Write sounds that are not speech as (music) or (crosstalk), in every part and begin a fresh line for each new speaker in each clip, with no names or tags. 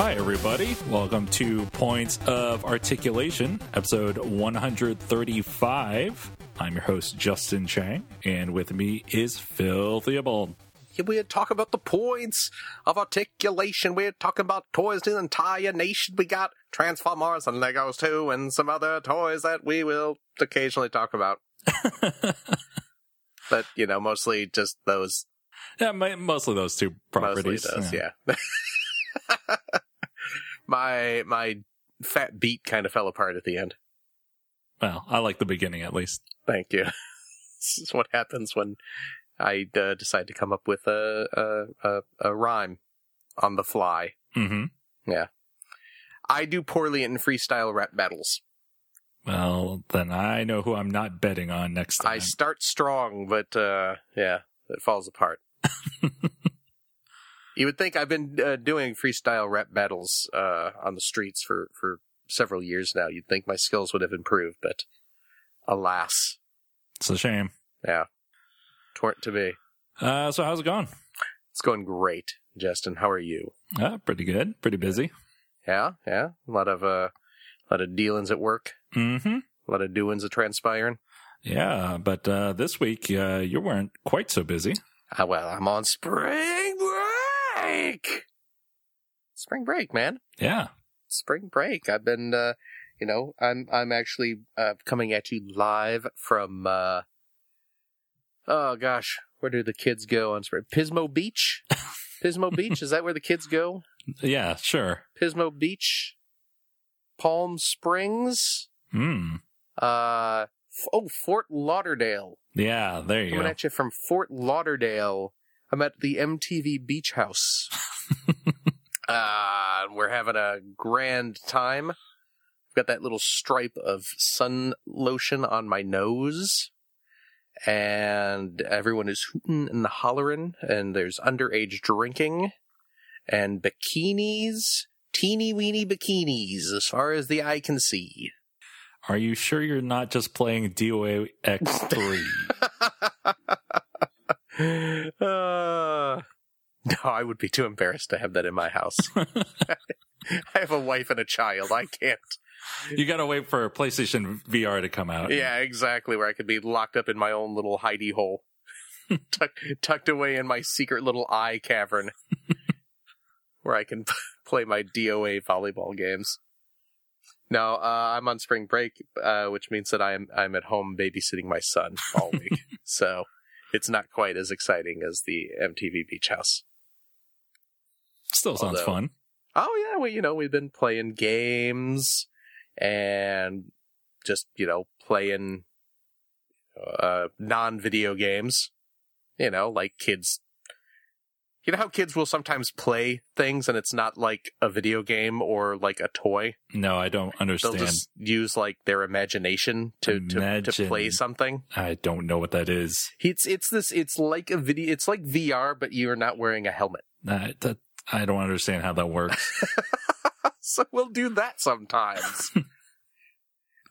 everybody. Welcome to Points of Articulation, episode 135. I'm your host, Justin Chang, and with me is Phil Theobald.
We're talking about the points of articulation. We're talking about toys to the entire nation. We got Transformers and Legos too, and some other toys that we will occasionally talk about. but you know, mostly just those.
Yeah, mi- mostly those two properties.
Mostly those, yeah. (laughs) my my fat beat kind of fell apart at the end.
Well, I like the beginning at least.
Thank you. (laughs) this is what happens when I uh, decide to come up with a, a a a rhyme on the fly.
hmm
I do poorly in freestyle rap battles.
Well, then I know who I'm not betting on next
I
time.
start strong, but uh, yeah, it falls apart. you would think I've been uh, doing freestyle rap battles uh, on the streets for, for several years now. You'd think my skills would have improved, but alas,
it's a shame.
torn to be.
Uh, so how's it going?
It's going great, Justin. How are you?
Uh, pretty good. Pretty busy.
Yeah, yeah. A lot of uh, lot of dealings at work.
hmm
A lot of doings of transpiring.
Yeah, but uh, this week uh, you weren't quite so busy.
Ah, well, I'm on spring break. Spring break, man.
Yeah.
spring break. I've been, uh, you know, I'm I'm actually uh, coming at you live from. Uh, oh gosh, where do the kids go on spring? Pismo Beach. Pismo Beach is that where the kids go?
Yeah, sure.
Pismo Beach, Palm Springs.
Hmm.
Uh, f- oh, Fort Lauderdale.
Yeah, there you
Coming
go.
at you from Fort Lauderdale. I'm at the MTV Beach House. uh, we're having a grand time. I've got that little stripe of sun lotion on my nose. And everyone is hooting and hollering, and there's underage drinking and bikinis, teeny weeny bikinis, as far as the eye can see.
Are you sure you're not just playing DOA X3?
Uh, (laughs) no, I would be too embarrassed to have that in my house. (laughs) I have a wife and a child. I can't.
you got to wait for PlayStation VR to come out.
Yeah, exactly. Where I could be locked up in my own little hidey hole, tuck, tucked away in my secret little eye cavern, where I can (laughs) play my DOA volleyball games. No, uh, I'm on spring break, uh, which means that I'm I'm at home babysitting my son all week. so it's not quite as exciting as the MTV Beach House.
Still sounds
Although-
fun.
Oh yeah, well you know we've been playing games and just you know playing uh non-video games. You know, like kids. You know how kids will sometimes play things and it's not like a video game or like a toy.
No, I don't understand.
They'll just use like their imagination to to, to
Imagine.
play something.
I don't know what that is.
It's it's this it's like a video it's like VR but you're not wearing a helmet.
I, that, I don't understand how that
(laughs)
works.
so we'll do that sometimes.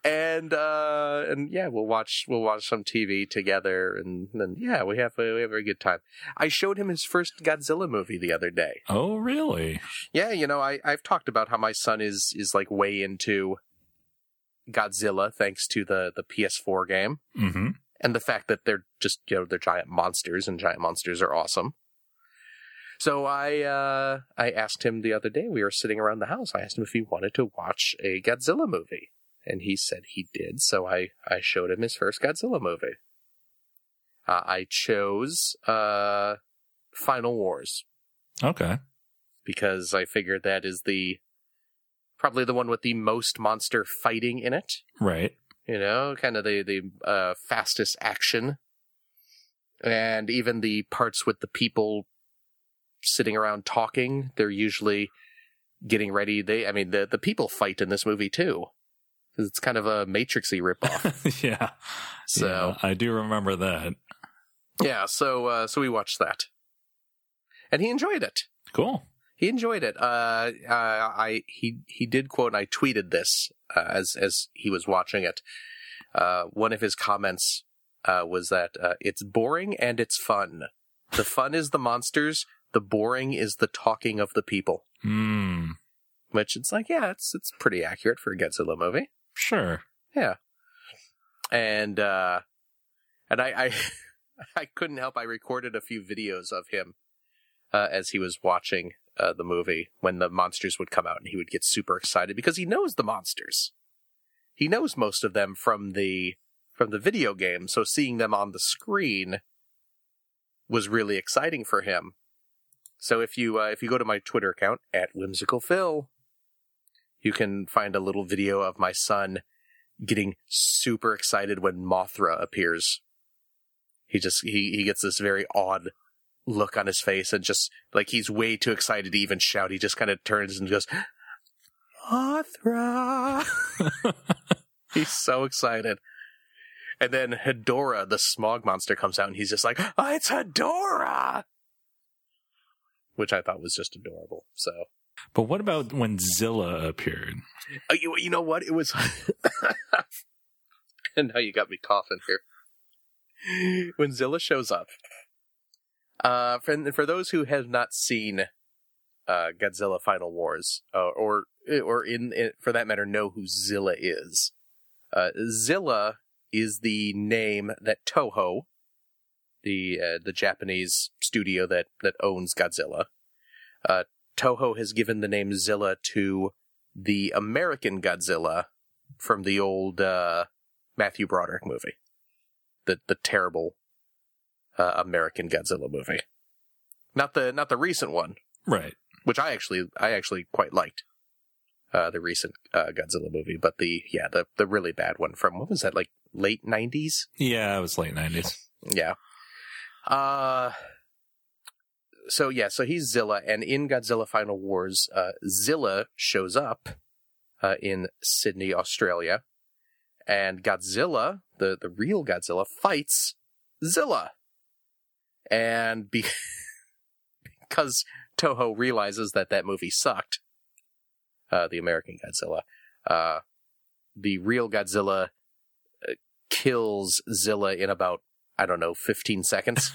and uh and yeah, we'll watch we'll watch some TV together and then yeah, we have a, we have a good time. I showed him his first Godzilla movie the other day.
oh, really?
Yeah, you know, I I've talked about how my son is is like way into Godzilla thanks to the the PS4 game
Mm-hmm.
and the fact that they're just you know they're giant monsters and giant monsters are awesome. So I uh, I asked him the other day. We were sitting around the house. I asked him if he wanted to watch a Godzilla movie, and he said he did. So I I showed him his first Godzilla movie. Uh, I chose uh, Final Wars
Okay.
because I figured that is the probably the one with the most monster fighting in it
Right. (laughs)
you know, kind of the the uh, fastest action, and even the parts with the people sitting around talking, they're usually getting ready. They, I mean, the the people fight in this movie too. 'Cause It's kind of a Matrixy ripoff.
yeah. Yeah,
So-
I do remember that.
yeah, so uh, so we watched that, and he enjoyed it.
Cool.
He enjoyed it. Uh, uh, I he he did quote. I tweeted this uh, as as he was watching it. Uh, one of his comments uh, was that uh, it's boring and it's fun. The fun is the monsters. The boring is the talking of the people.
Hmm.
Which it's like, yeah, it's it's pretty accurate for a Godzilla movie.
Sure.
And uh and I I, I (laughs) couldn't help I recorded a few videos of him uh as he was watching uh the movie when the monsters would come out and he would get super excited because he knows the monsters. He knows most of them from the from the video game, so seeing them on the screen was really exciting for him. So if you uh, if you go to my Twitter account at whimsical phil, you can find a little video of my son getting super excited when Mothra appears. He just he he gets this very odd look on his face and just like he's way too excited to even shout. He just kind of turns and goes, Mothra. he's so excited. And then Hedora, the smog monster, comes out and he's just like, oh, it's Hedora! Which I thought was just adorable. So,
But what about when Zilla appeared?
Oh, you, you know what? It was. (laughs) and now you got me coughing here. When Zilla shows up, uh, for, for those who have not seen uh, Godzilla Final Wars, uh, or or in, in for that matter, know who Zilla is, uh, Zilla is the name that Toho, the uh, the Japanese studio that that owns Godzilla, uh, Toho has given the name Zilla to the American Godzilla from the old uh, Matthew Broderick movie, the the terrible uh, American Godzilla movie, not the not the recent one,
Right.
which I actually I actually quite liked uh, the recent uh, Godzilla movie, but the yeah the the really bad one from what was that like late nineties?
Yeah, it was late 90s.
Yeah. Uh so yeah, so he's Zilla, and in Godzilla Final Wars, uh, Zilla shows up uh, in Sydney, Australia, and Godzilla, the the real Godzilla, fights Zilla, and be- (laughs) because Toho realizes that that movie sucked, uh, the American Godzilla, uh, the real Godzilla uh, kills Zilla in about I don't know, 15 seconds.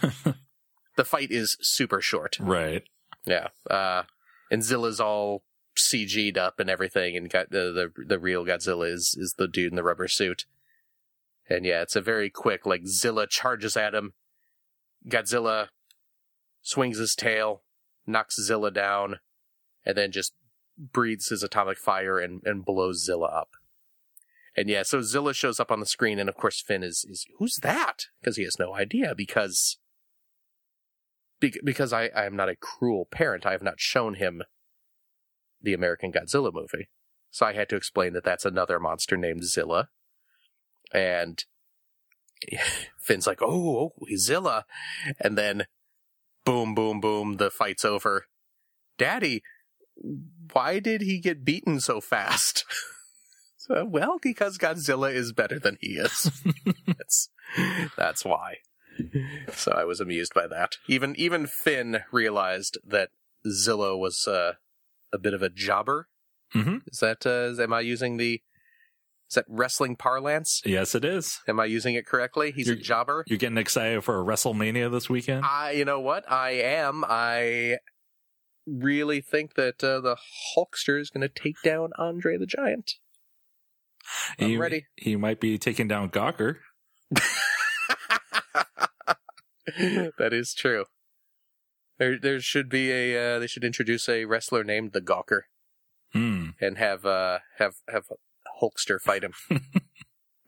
the fight is super short.
Right.
Yeah. Uh, and Zilla's all CG'd up and everything, and got the, the the real Godzilla is is the dude in the rubber suit. And yeah, it's a very quick like Zilla charges at him. Godzilla swings his tail, knocks Zilla down, and then just breathes his atomic fire and, and blows Zilla up. And yeah, so Zilla shows up on the screen, and of course Finn is is who's that? Because he has no idea. Because Bec- because I, I am not a cruel parent, I have not shown him the American Godzilla movie. So I had to explain that that's another monster named Zilla. And (laughs) Finn's like, oh, oh, he's Zilla. And then boom, boom, boom, the fight's over. Daddy, why did he get beaten so fast? (laughs) so, well, because Godzilla is better than he is. that's, that's why so I was amused by that. Even even Finn realized that Zillow was uh, a bit of a jobber.
Mhm.
Is that uh, is, am I using the is that wrestling parlance?
Yes, it is.
Am I using it correctly? He's a
You're-
jobber.
You're getting excited for a WrestleMania this weekend?
I you know what I am. I really think that uh, the Hulkster is going to take down Andre the Giant. I'm
he,
ready. (laughs)
He might be taking down Gawker.
that is true. There, there should be a. Uh, they should introduce a wrestler named the Gawker.
Hmm.
and have uh have have Hulkster fight (laughs) him.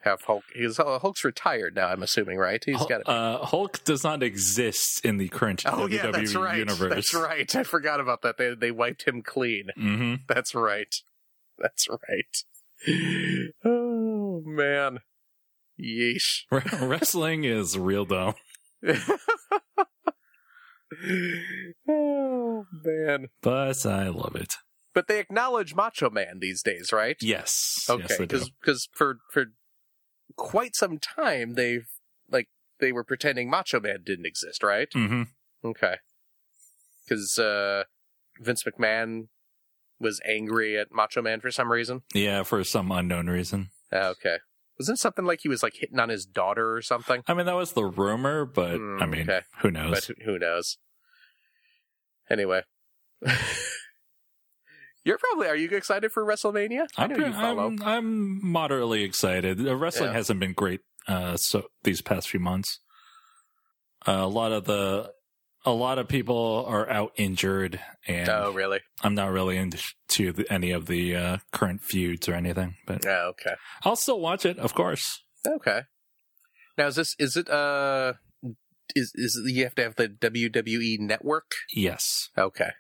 have Hulk. He's uh, Hulk's retired now. I'm assuming, right? He's
Hul-
got. A,
uh, Hulk does not exist in the current
oh
WWE
yeah, that's right.
universe.
That's right. I forgot about that. They they wiped him clean.
(laughs) hmm
(laughs) That's right. That's right. Oh man. Yeesh. (laughs)
Wrestling is real dumb.
oh man.
But I love it.
But they acknowledge Macho Man these days, right?
Yes.
Okay,
Yes, they do.
because for for quite some time they've like they were pretending Macho Man didn't exist, right?
Mhm.
Okay, because uh, Vince McMahon was angry at Macho Man for some reason.
Yeah, for some unknown reason.
Ah, okay, wasn't it something like he was like hitting on his daughter or something?
I mean, that was the rumor, but
Hmm,
I mean,
okay.
who knows?
But who- who knows? Anyway, (laughs) You're probably. Are you excited for WrestleMania? I know you
pretty-
follow.
I'm, I'm moderately excited. Uh, Wrestling
Yeah.
hasn't been great uh, so these past few months. Uh, a lot of the, a lot of people are out injured, and
Oh, really?
I'm not really into the, any of the uh, current feuds or anything. But
Oh, okay.
I'll still watch it, of course.
Okay. Now is this is it uh is is it- you have to have the WWE network?
Yes,
Okay.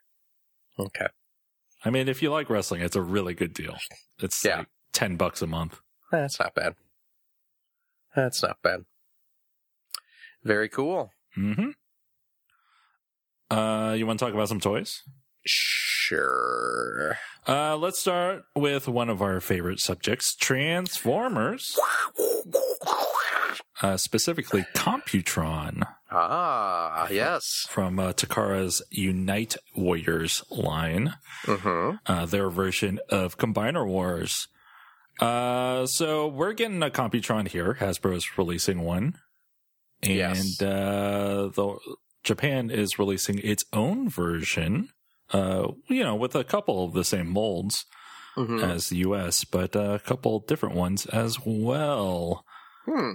Okay.
I mean if you like wrestling, it's a really good deal. It's
Yeah.
like ten bucks a month.
That's not bad. That's not bad. Very cool.
Mm-hmm. Uh, you want to talk about some toys?
Sure.
Uh, let's start with one of our favorite subjects, Transformers, uh, specifically Computron
Ah, yes.
from uh, Takara's Unite Warriors line,
Mm-hmm.
uh, their version of Combiner Wars. Uh, so we're getting a Computron here. Hasbro's releasing one, and
Yes.
uh, the Japan is releasing its own version. Uh, you know, with a couple of the same molds.
Mm-hmm.
as the US, but uh, a couple different ones as well.
hmm.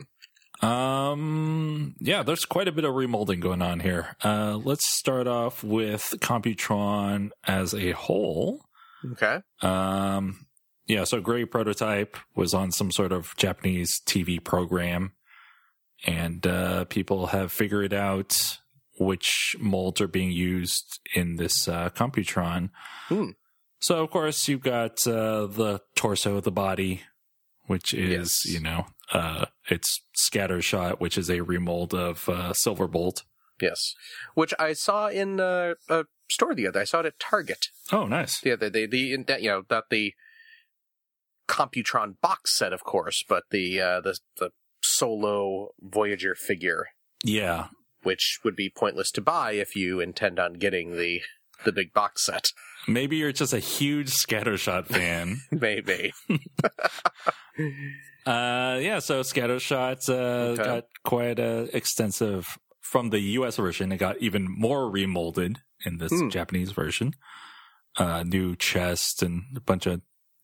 Um, yeah, there's quite a bit of remolding going on here. Uh, let's start off with Computron as a whole.
Okay.
Um, yeah, so Gray Prototype was on some sort of Japanese TV program, and uh, people have figured out which molds are being used in this uh, Computron.
Hmm.
So, of course, you've got uh, the torso of the body, which is,
Yes.
you know, uh, it's Scattershot, which is a remold of uh, Silverbolt.
Yes. Which I saw in uh, a store the other. I saw it at Target.
Oh, nice.
Yeah, the the, the in- that, you know not the Computron box set, of course, but the uh, the the solo Voyager figure,
Yeah.
which would be pointless to buy if you intend on getting the the big box set. (laughs)
Maybe you're just a huge Scattershot fan.
Maybe.
Uh, yeah, so Scattershot uh,
Okay.
got quite uh, extensive from the US version. It got even more remolded in this
Hmm.
Japanese version. Uh, new chest and a bunch of.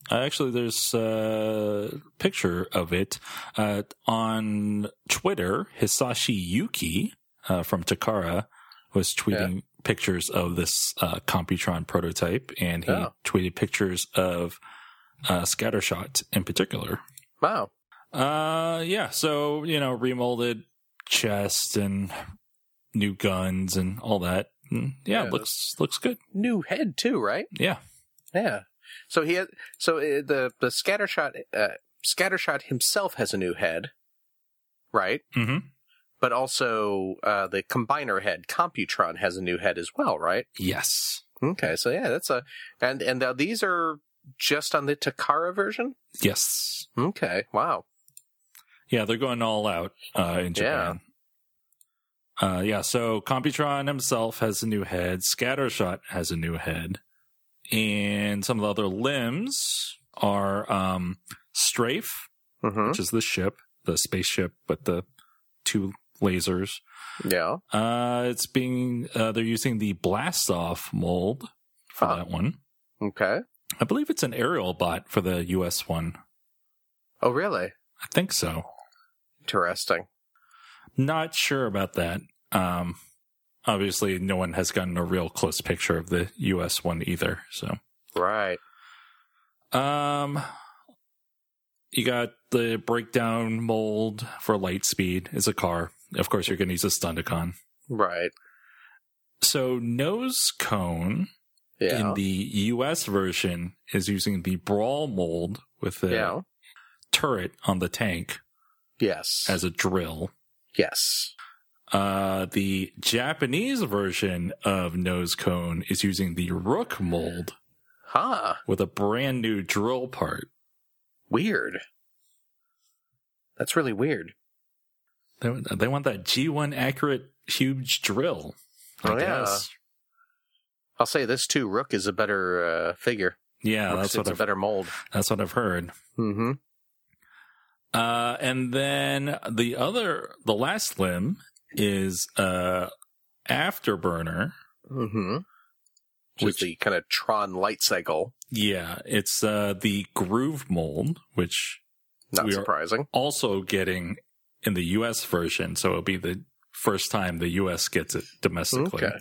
Uh, actually, there's a picture of it uh, on Twitter. Hisashi Yuki uh, from Takara was tweeting pictures of this uh, Computron prototype, and he
Oh.
tweeted pictures of uh, Scattershot in particular.
Wow.
Uh, yeah. So you know, remolded chest and new guns and all that. Mm, Yeah,
Yeah,
looks looks good.
New head too, right?
Yeah.
Yeah. So he had, so uh, the the scattershot uh, scattershot himself has a new head, right?
hmm
But also uh, the combiner head Computron has a new head as well, right?
Yes.
Okay, so yeah, that's a and and uh, these are just on the Takara version.
Yes.
Okay, wow.
Yeah, they're going all out uh, in Japan. Uh, yeah. So Computron himself has a new head. Scattershot has a new head, and some of the other limbs are um, Strafe,
Mm-hmm.
which is the ship, the spaceship with the two lasers.
Yeah.
Uh, it's being uh, they're using the blast off mold for
Huh.
that one.
Okay.
I believe it's an aerial bot for the U.S. one.
Oh, really?
I think so.
Interesting.
Not sure about that. Um, obviously, no one has gotten a real close picture of the U.S. one either. So,
Right.
um, you got the breakdown mold for Lightspeed. It's a car. Of course, you're going to use a Stunticon.
Right.
So, nose cone.
Yeah.
in the US version is using the brawl mold with the uh,
yeah.
turret on the tank
Yes.
as a drill.
yes.
Uh, the Japanese version of Nose Cone is using the Rook mold
Huh.
with a brand new drill part.
Weird. That's really weird.
They, they want that G1 accurate huge drill. I
Oh, yeah.
guess.
I'll say this too. Rook is a better uh, figure.
Yeah,
Rook's-
that's
it's
what
a
I've,
better mold.
that's what I've heard.
Mm-hmm.
Uh, and then the other, the last limb is uh, Afterburner,
Mm-hmm. which, is
Which-
the kind of Tron light cycle.
Yeah, it's uh, the Groove Mold, which
Not
We are-
surprising.
also getting in the US version, so it'll be the first time the US gets it domestically.
Okay.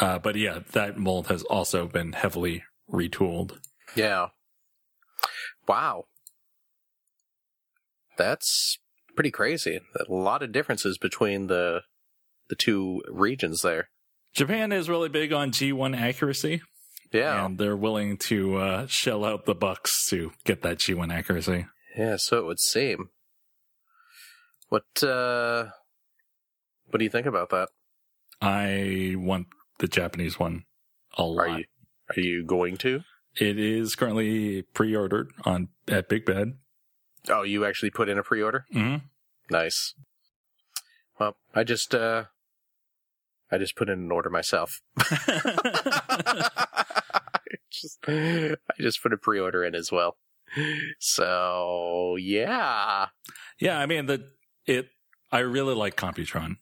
Uh, but yeah, that mold has also been heavily retooled.
Yeah. Wow. That's pretty crazy. A lot of differences between the the two regions there.
Japan is really big on G1 accuracy,
Yeah.
and they're willing to uh, shell out the bucks to get that G1 accuracy.
Yeah, so it would seem. What uh what do you think about that?
I want the Japanese one a lot.
Are you are you going to?
It is currently pre-ordered on at Big Bad.
Oh, you actually put in a pre-order?
hmm
Nice. Well, I just uh I just put in an order myself. (laughs) I just I just put a pre-order in as well. So, yeah.
(laughs) Yeah, I mean the it. I really like Computron,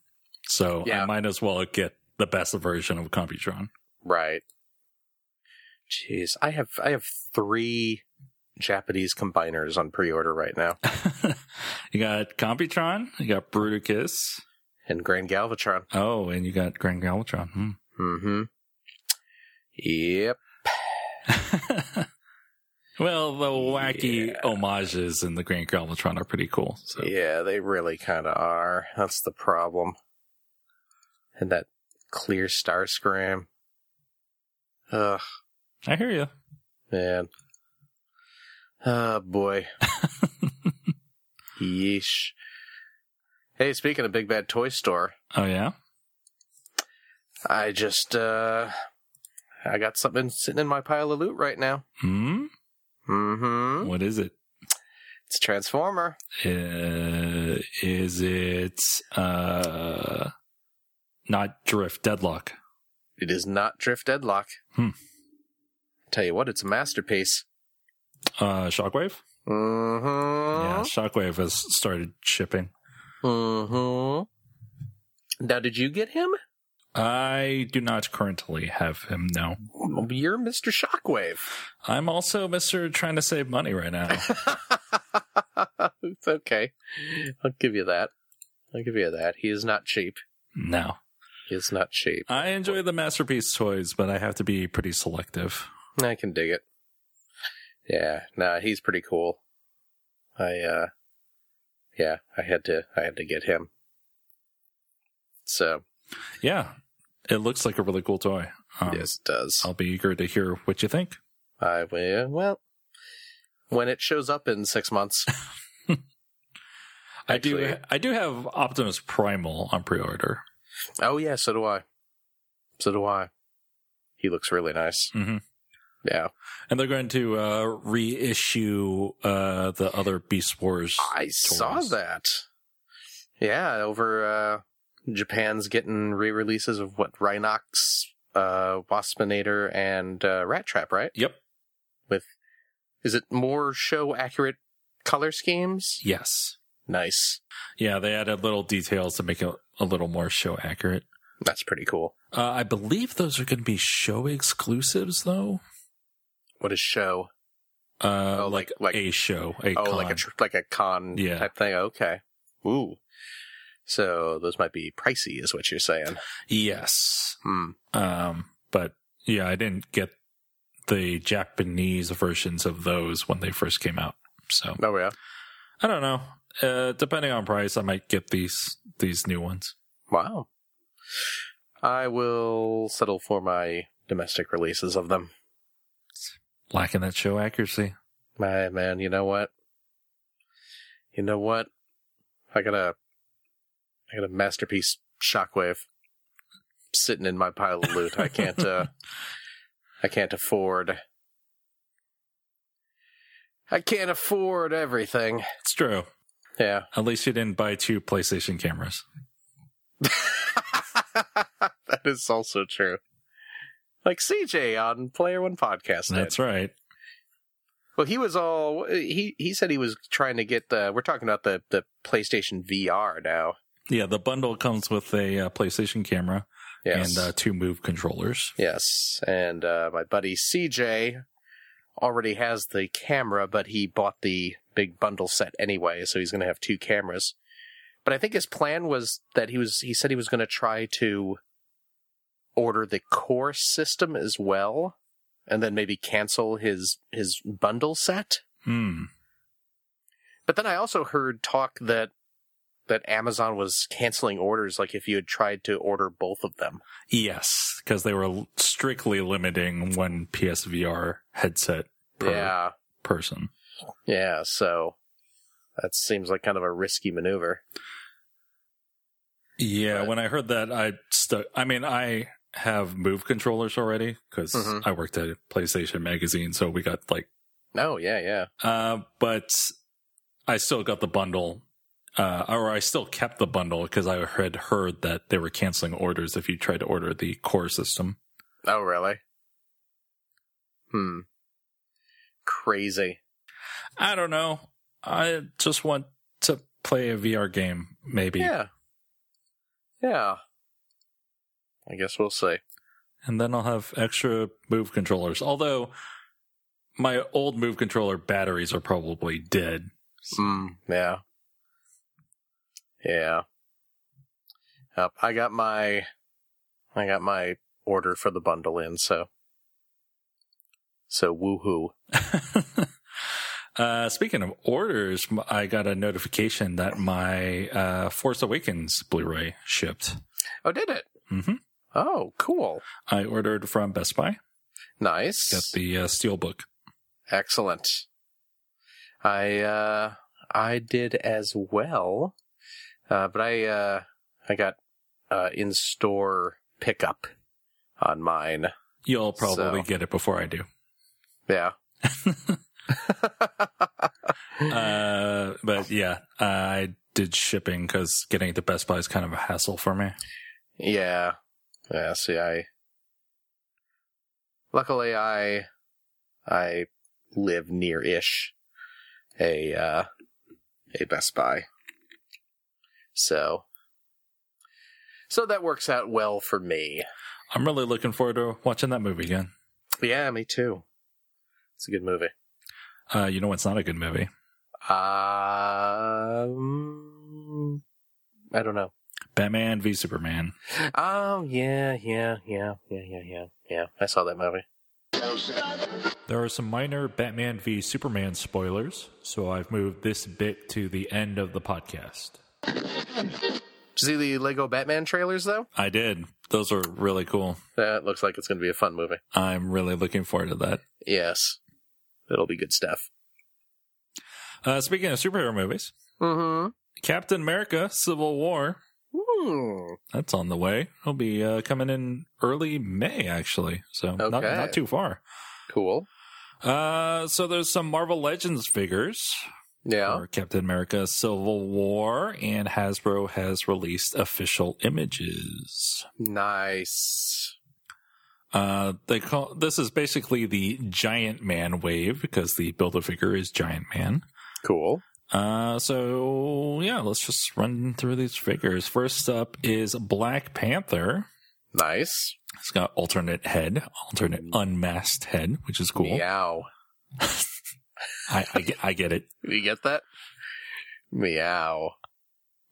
so
Yeah.
I might as well get the best version of Computron. (laughs)
Right. Jeez, I have I have 3 Japanese combiners on pre-order right now.
you got Computron, you got Bruticus,
and Grand Galvatron.
oh, and you got Grand Galvatron. Hmm. (laughs)
Mm-hmm. Yep.
well, the wacky
Yeah.
homages in the Grand Galvatron are pretty cool. So.
Yeah, they really kind of are. That's the problem. And that clear star scram. Ugh,
I hear you.
man. Oh
(laughs)
boy. Yeesh. Hey, speaking of Big Bad Toy Store,
Oh yeah,
I just uh I got something sitting in my pile of loot right now.
hmm.
Mm-hmm.
What is it?
It's Transformer.
Uh, is it uh, not Drift Deadlock?
It is not Drift Deadlock.
Hmm.
Tell you what, it's a masterpiece.
Uh, Shockwave. Yeah,
Mm-hmm.
Shockwave has started shipping.
Mm-hmm. Now, did you get him?
I do not currently have him, no.
You're Mr. Shockwave. (laughs)
I'm also Mr. Trying to Save Money right now. (laughs)
it's okay. I'll give you that. I'll give you that. He is not cheap.
no.
He is not cheap.
I enjoy the Masterpiece toys, but I have to be pretty selective.
I can dig it. Yeah, nah, he's pretty cool. I uh yeah, I had to I had to get him. So
Yeah, it looks like a really cool toy. Um,
yes it does.
I'll be eager to hear what you think.
I will. Well, when it shows up in six months,
I do
Actually-
I do have Optimus Primal on pre-order.
oh yeah, so do I. So do I. He looks really nice.
Mhm.
Yeah,
And they're going to uh, reissue uh, the other Beast Wars.
I saw
Taurus.
that. Yeah, over uh, Japan's getting re-releases of what Rhinox, uh, Waspinator, and uh, Rat Trap, right?
Yep.
Is it more show accurate color schemes?
Yes.
Nice.
Yeah, they added little details to make it a little more show accurate.
That's pretty cool.
Uh, I believe those are going to be show exclusives, though.
What is show?
Uh,
Oh,
like,
like- like-
a show, a
oh,
con.
like a tr- like a con
Yeah.
type thing. Okay. Ooh. So those might be pricey, is what you're saying.
yes.
Hmm.
Um, but yeah, I didn't get the Japanese versions of those when they first came out. So
Oh yeah.
I don't know. Uh, depending on price, I might get these these new ones.
Wow. I will settle for my domestic releases of them.
Lacking that show accuracy.
My man, you know what? You know what? I got a, I got a masterpiece shockwave sitting in my pile of loot. I can't, uh, I can't afford. I can't afford everything.
It's true.
Yeah. (laughs)
At least you didn't buy two PlayStation cameras.
that is also true. Like CJ on Player One podcast. did.
That's right.
Well, he was all he he said he was trying to get the. We're talking about the the PlayStation VR now.
Yeah, the bundle comes with a uh, PlayStation camera,
Yes.
and uh, two move controllers.
yes. And uh, my buddy CJ already has the camera, but he bought the big bundle set anyway, so he's going to have two cameras. But I think his plan was that he was he said he was going to try to order the core system as well and then maybe cancel his his bundle set.
Hmm.
But then I also heard talk that that Amazon was canceling orders like if you had tried to order both of them.
Yes, because they were l- strictly limiting one PSVR headset per
Yeah.
person.
Yeah, so that seems like kind of a risky maneuver.
Yeah,
But-
when I heard that, I stuck. I mean, I have move controllers already because
Mhm.
I worked at PlayStation Magazine, so we got like.
No, Oh, yeah, yeah.
Uh, but I still got the bundle, uh, or I still kept the bundle because I had heard that they were canceling orders if you tried to order the core system.
Oh, really? Hmm. Crazy.
I don't know. I just want to play a VR game, maybe.
Yeah. Yeah. I guess we'll see.
and then I'll have extra move controllers. Although my old move controller batteries are probably dead. (laughs)
Mm, yeah. Yeah. Yep, I got my I got my order for the bundle in, so so woohoo.
uh, speaking of orders, m- I got a notification that my uh, Force Awakens Blu-ray shipped.
Oh did it?
hmm
Oh, cool.
I ordered from Best Buy.
Nice.
Got the uh, Steelbook.
Excellent. I uh I did as well. Uh but I uh I got uh in store pickup on mine.
You'll probably
So.
get it before I do.
Yeah. (laughs)
Uh, but yeah, I did shipping because getting it to Best Buy is kind of a hassle for me.
Yeah. Yeah, see I Luckily I I live near ish a uh a Best Buy. So so that works out well for me.
I'm really looking forward to watching that movie again.
Yeah, me too. It's a good movie.
Uh, you know, it's not a good movie.
Um I don't know.
Batman v Superman.
Oh yeah, yeah, yeah, yeah, yeah, yeah. Yeah, I saw that movie.
There are some minor Batman v Superman spoilers, so I've moved this bit to the end of the podcast.
Did you see the Lego Batman trailers though?
I did. Those are really cool.
That looks like it's going to be a fun movie.
I'm really looking forward to that.
Yes. It'll be good stuff.
Uh, speaking of superhero movies,
Mm-hmm.
Captain America Civil War. That's on the way. It'll be uh, coming in early May, actually. So not,
Okay.
not too far.
Cool.
Uh, so there's some Marvel Legends figures
Yeah.
for Captain America Civil War, and Hasbro has released official images.
Nice.
Uh, they call this is basically the Giant Man wave because the build a figure is Giant Man.
Cool.
Uh, so yeah, let's just run through these figures. First up is Black Panther.
Nice.
It's got alternate head, alternate unmasked head, which is cool.
Meow.
I, I, get, I get it.
You get that? Meow.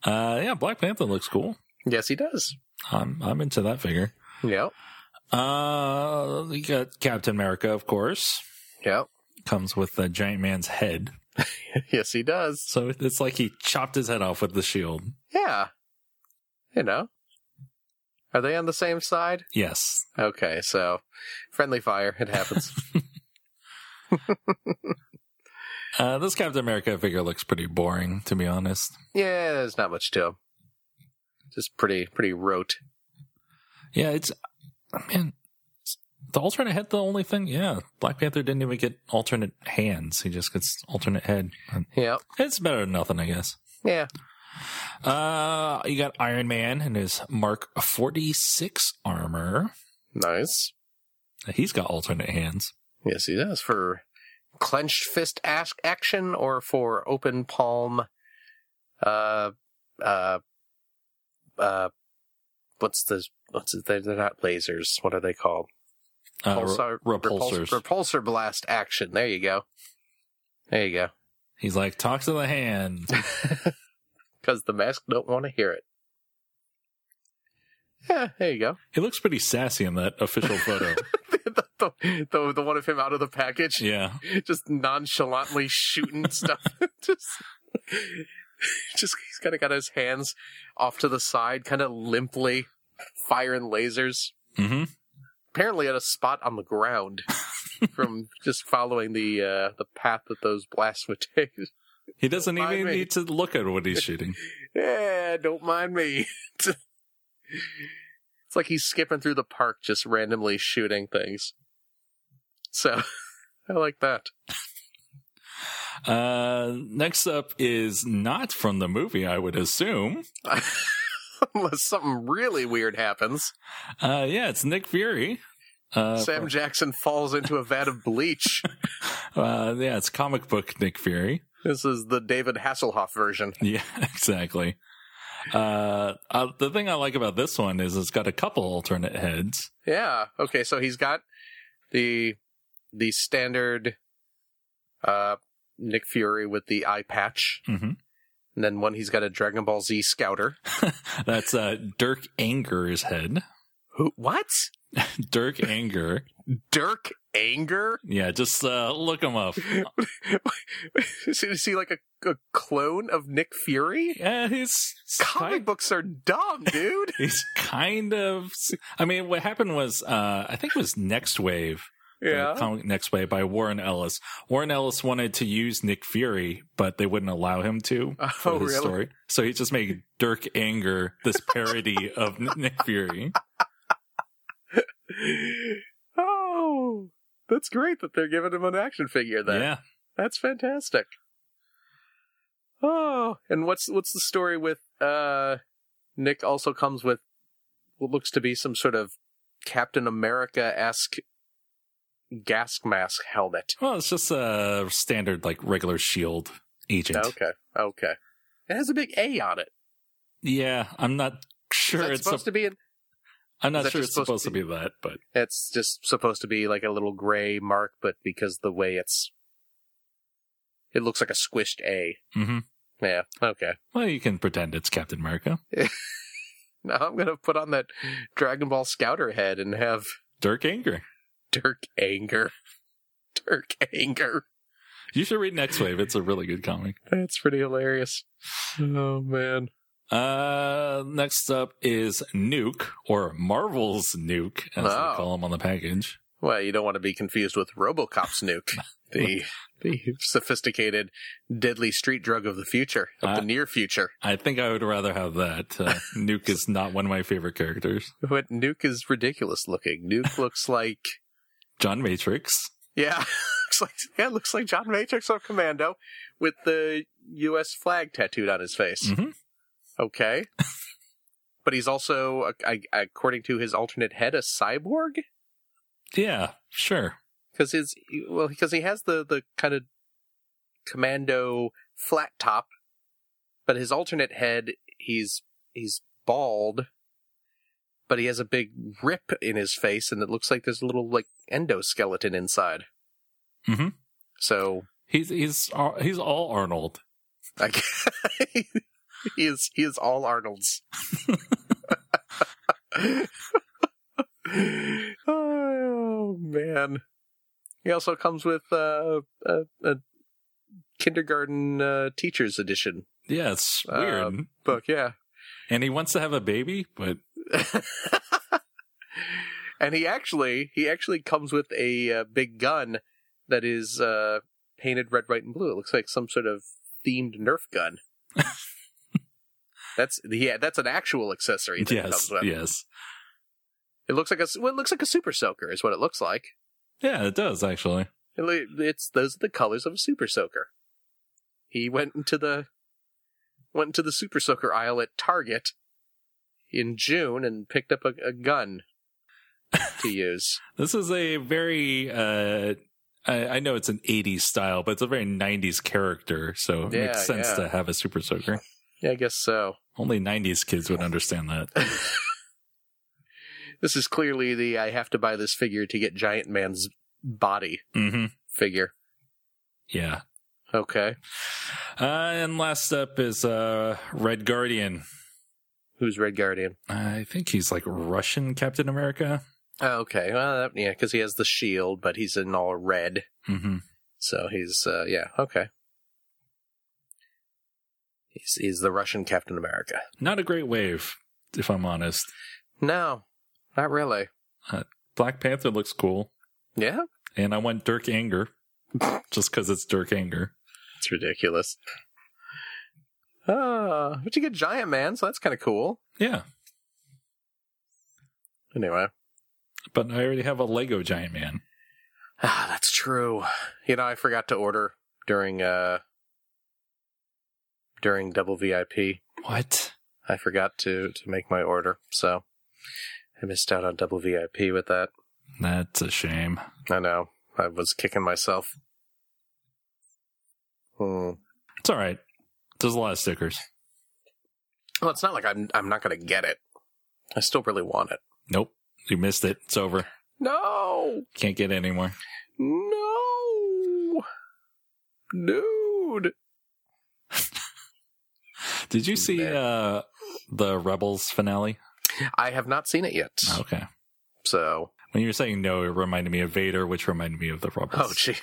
Uh, yeah, Black Panther looks cool.
Yes, he does.
I'm I'm into that figure.
Yep.
Uh, you got Captain America, of course,
Yep. (laughs)
comes with the giant man's head.
yes, he does.
So it's like he chopped his head off with the shield.
Yeah. You know. Are they on the same side?
Yes.
Okay, so friendly fire. It (laughs) happens.
Uh, this Captain America figure looks pretty boring, to be honest.
yeah, there's not much to him. Just pretty, pretty rote.
Yeah, it's man. The alternate head, the only thing. Yeah, Black Panther didn't even get alternate hands. He just gets alternate head.
Yep.
It's better than nothing, I guess.
Yeah.
Uh, you got Iron Man and his Mark 46 armor.
Nice.
He's got alternate hands.
Yes, he does. For clenched fist ask action or for open palm uh uh uh what's the what's the, they're not lasers. What are they called?
Uh,
Pulsar-
re- repulsors.
repulsor, repulsor blast action. There you go. There you go.
He's like, talk to the hand.
Because the mask don't want to hear it. Yeah, there you go. (laughs)
he looks pretty sassy in that official photo.
the, the, the, the one of him out of the package,
yeah.
(laughs) just nonchalantly shooting stuff. (laughs) just, just he's kind of got his hands off to the side, kind of limply firing lasers.
hmm
Apparently at a spot on the ground from just following the uh, the path that those blasts would take. (laughs)
He doesn't
Don't mind
even
me.
need to look at what he's shooting.
Yeah, don't mind me. (laughs) it's like he's skipping through the park just randomly shooting things. So (laughs) I like that. (laughs)
Uh, next up is not from the movie, I would assume.
Unless something really weird happens.
Uh, yeah, it's Nick Fury. Uh,
Sam Jackson falls into a
(laughs)
vat of bleach.
uh, yeah, it's comic book Nick Fury.
this is the David Hasselhoff version.
(laughs) Yeah, exactly. Uh, uh, the thing I like about this one is it's got a couple alternate heads.
Yeah. Okay, so he's got the the standard uh Nick Fury with the eye patch,
hmm
and then one he's got a Dragon Ball Z scouter.
That's uh, Dirk Anger's head.
Who what? (laughs)
Dirk Anger.
Dirk Anger? (laughs)
Yeah, just uh, look him up.
is, he, is he like a, a clone of Nick Fury?
Yeah, he's
Comic books are
(laughs)
dumb, dude.
He's kind of. I mean, what happened was, uh, I think it was Next Wave. uh,
yeah.
comic Next Wave by Warren Ellis. Warren Ellis wanted to use Nick Fury, but they wouldn't allow him to for
(laughs) Oh,
his
really?
story. So he just made Dirk Anger this parody of N-
(laughs)
Nick Fury.
(laughs) Oh, that's great that they're giving him an action figure. Then
Yeah.
that's fantastic. Oh, and what's what's the story with uh, Nick? Also comes with what looks to be some sort of Captain America esque gas mask helmet.
Well, it's just a standard, like regular shield E agent.
Okay, okay. It has a big A on it.
Yeah, I'm not
Is
sure
that
it's.
supposed
sup-
to be an
I'm
is
not
that
sure
just
it's supposed to be that, but
It's just supposed to be like a little gray mark, but because the way it's, it looks like a squished A.
hmm
Yeah. Okay.
well, you can pretend it's Captain America.
Now I'm gonna put on that Dragon Ball Scouter head and have
Dirk Anger.
Dirk Anger. (laughs) Dirk Anger.
You should read Next Wave. It's a really good comic.
That's pretty hilarious. Oh man.
Uh, next up is Nuke or Marvel's Nuke, as
Wow.
they call him on the package.
Well, you don't want to be confused with RoboCop's nuke, the the sophisticated, deadly street drug of the future, of
Uh,
the near future.
I think I would rather have that. Uh, Nuke is not one of my favorite characters.
But Nuke is ridiculous looking. Nuke looks like
John Matrix.
Yeah, (laughs) looks like yeah, looks like John Matrix on Commando with the U.S. flag tattooed on his face.
Mhm.
Okay, (laughs) but he's also, I- I- according to his alternate head, a cyborg
Yeah, sure.
because his well because he has the the kind of Commando flat top, but his alternate head he's he's bald. But he has a big rip in his face, and it looks like there's a little like endoskeleton inside.
Mhm.
So
He's he's Ar- he's all Arnold.
Like (laughs) he is he is all Arnold's. (laughs) oh man. He also comes with uh, a, a kindergarten uh, teacher's edition
Yeah, it's
Uh,
weird.
book, yeah.
and he wants to have a baby, but
and he actually he actually comes with a uh, big gun that is uh, painted red, white, and blue. It looks like some sort of themed Nerf gun. that's yeah, that's an actual accessory. That it,
yes,
comes with.
yes,
it looks like a well, it looks like a super soaker is what it looks like.
yeah, it does actually.
It li- It's those are the colors of a super soaker. He went into the went into the super soaker aisle at Target in June and picked up a, a gun to use.
This is a very. uh I, I know it's an 80s style, but it's a very 90s character, so it
Yeah,
makes sense
yeah.
to have a super soaker.
Yeah, I guess so.
Only 90s kids would understand that.
This is clearly the I have to buy this figure to get Giant Man's body
hmm
figure.
Yeah.
Okay.
Uh, and last up is uh, Red Guardian.
Who's Red Guardian?
I think he's like Russian Captain America.
Oh, okay. Well, that, yeah, because he has the shield, but he's in all red.
hmm
So he's, uh, yeah, okay. He's, he's the Russian Captain America.
Not a great wave, if I'm honest.
No, not really.
Black Panther looks cool,
Yeah?
and I want Dirk Anger, (laughs) just because it's Dirk Anger.
It's ridiculous. Uh, but you get Giant Man, so that's kind of cool.
Yeah,
Anyway.
but I already have a Lego Giant Man.
Ah, that's true. You know, I forgot to order during, uh, during double VIP.
What?
I forgot to to make my order, so I missed out on double VIP with that.
That's a shame.
I know. I was kicking myself. Hmm.
It's all right. There's a lot of stickers.
Well, it's not like I'm I'm not gonna get it. I still really want it.
Nope, you missed it. It's over.
No,
Can't get any more.
no, dude.
Did you see
Man.
uh, the Rebels finale?
I have not seen it yet.
Okay.
So,
When you were saying no, it reminded me of Vader, which reminded me of the Rebels.
oh jeez,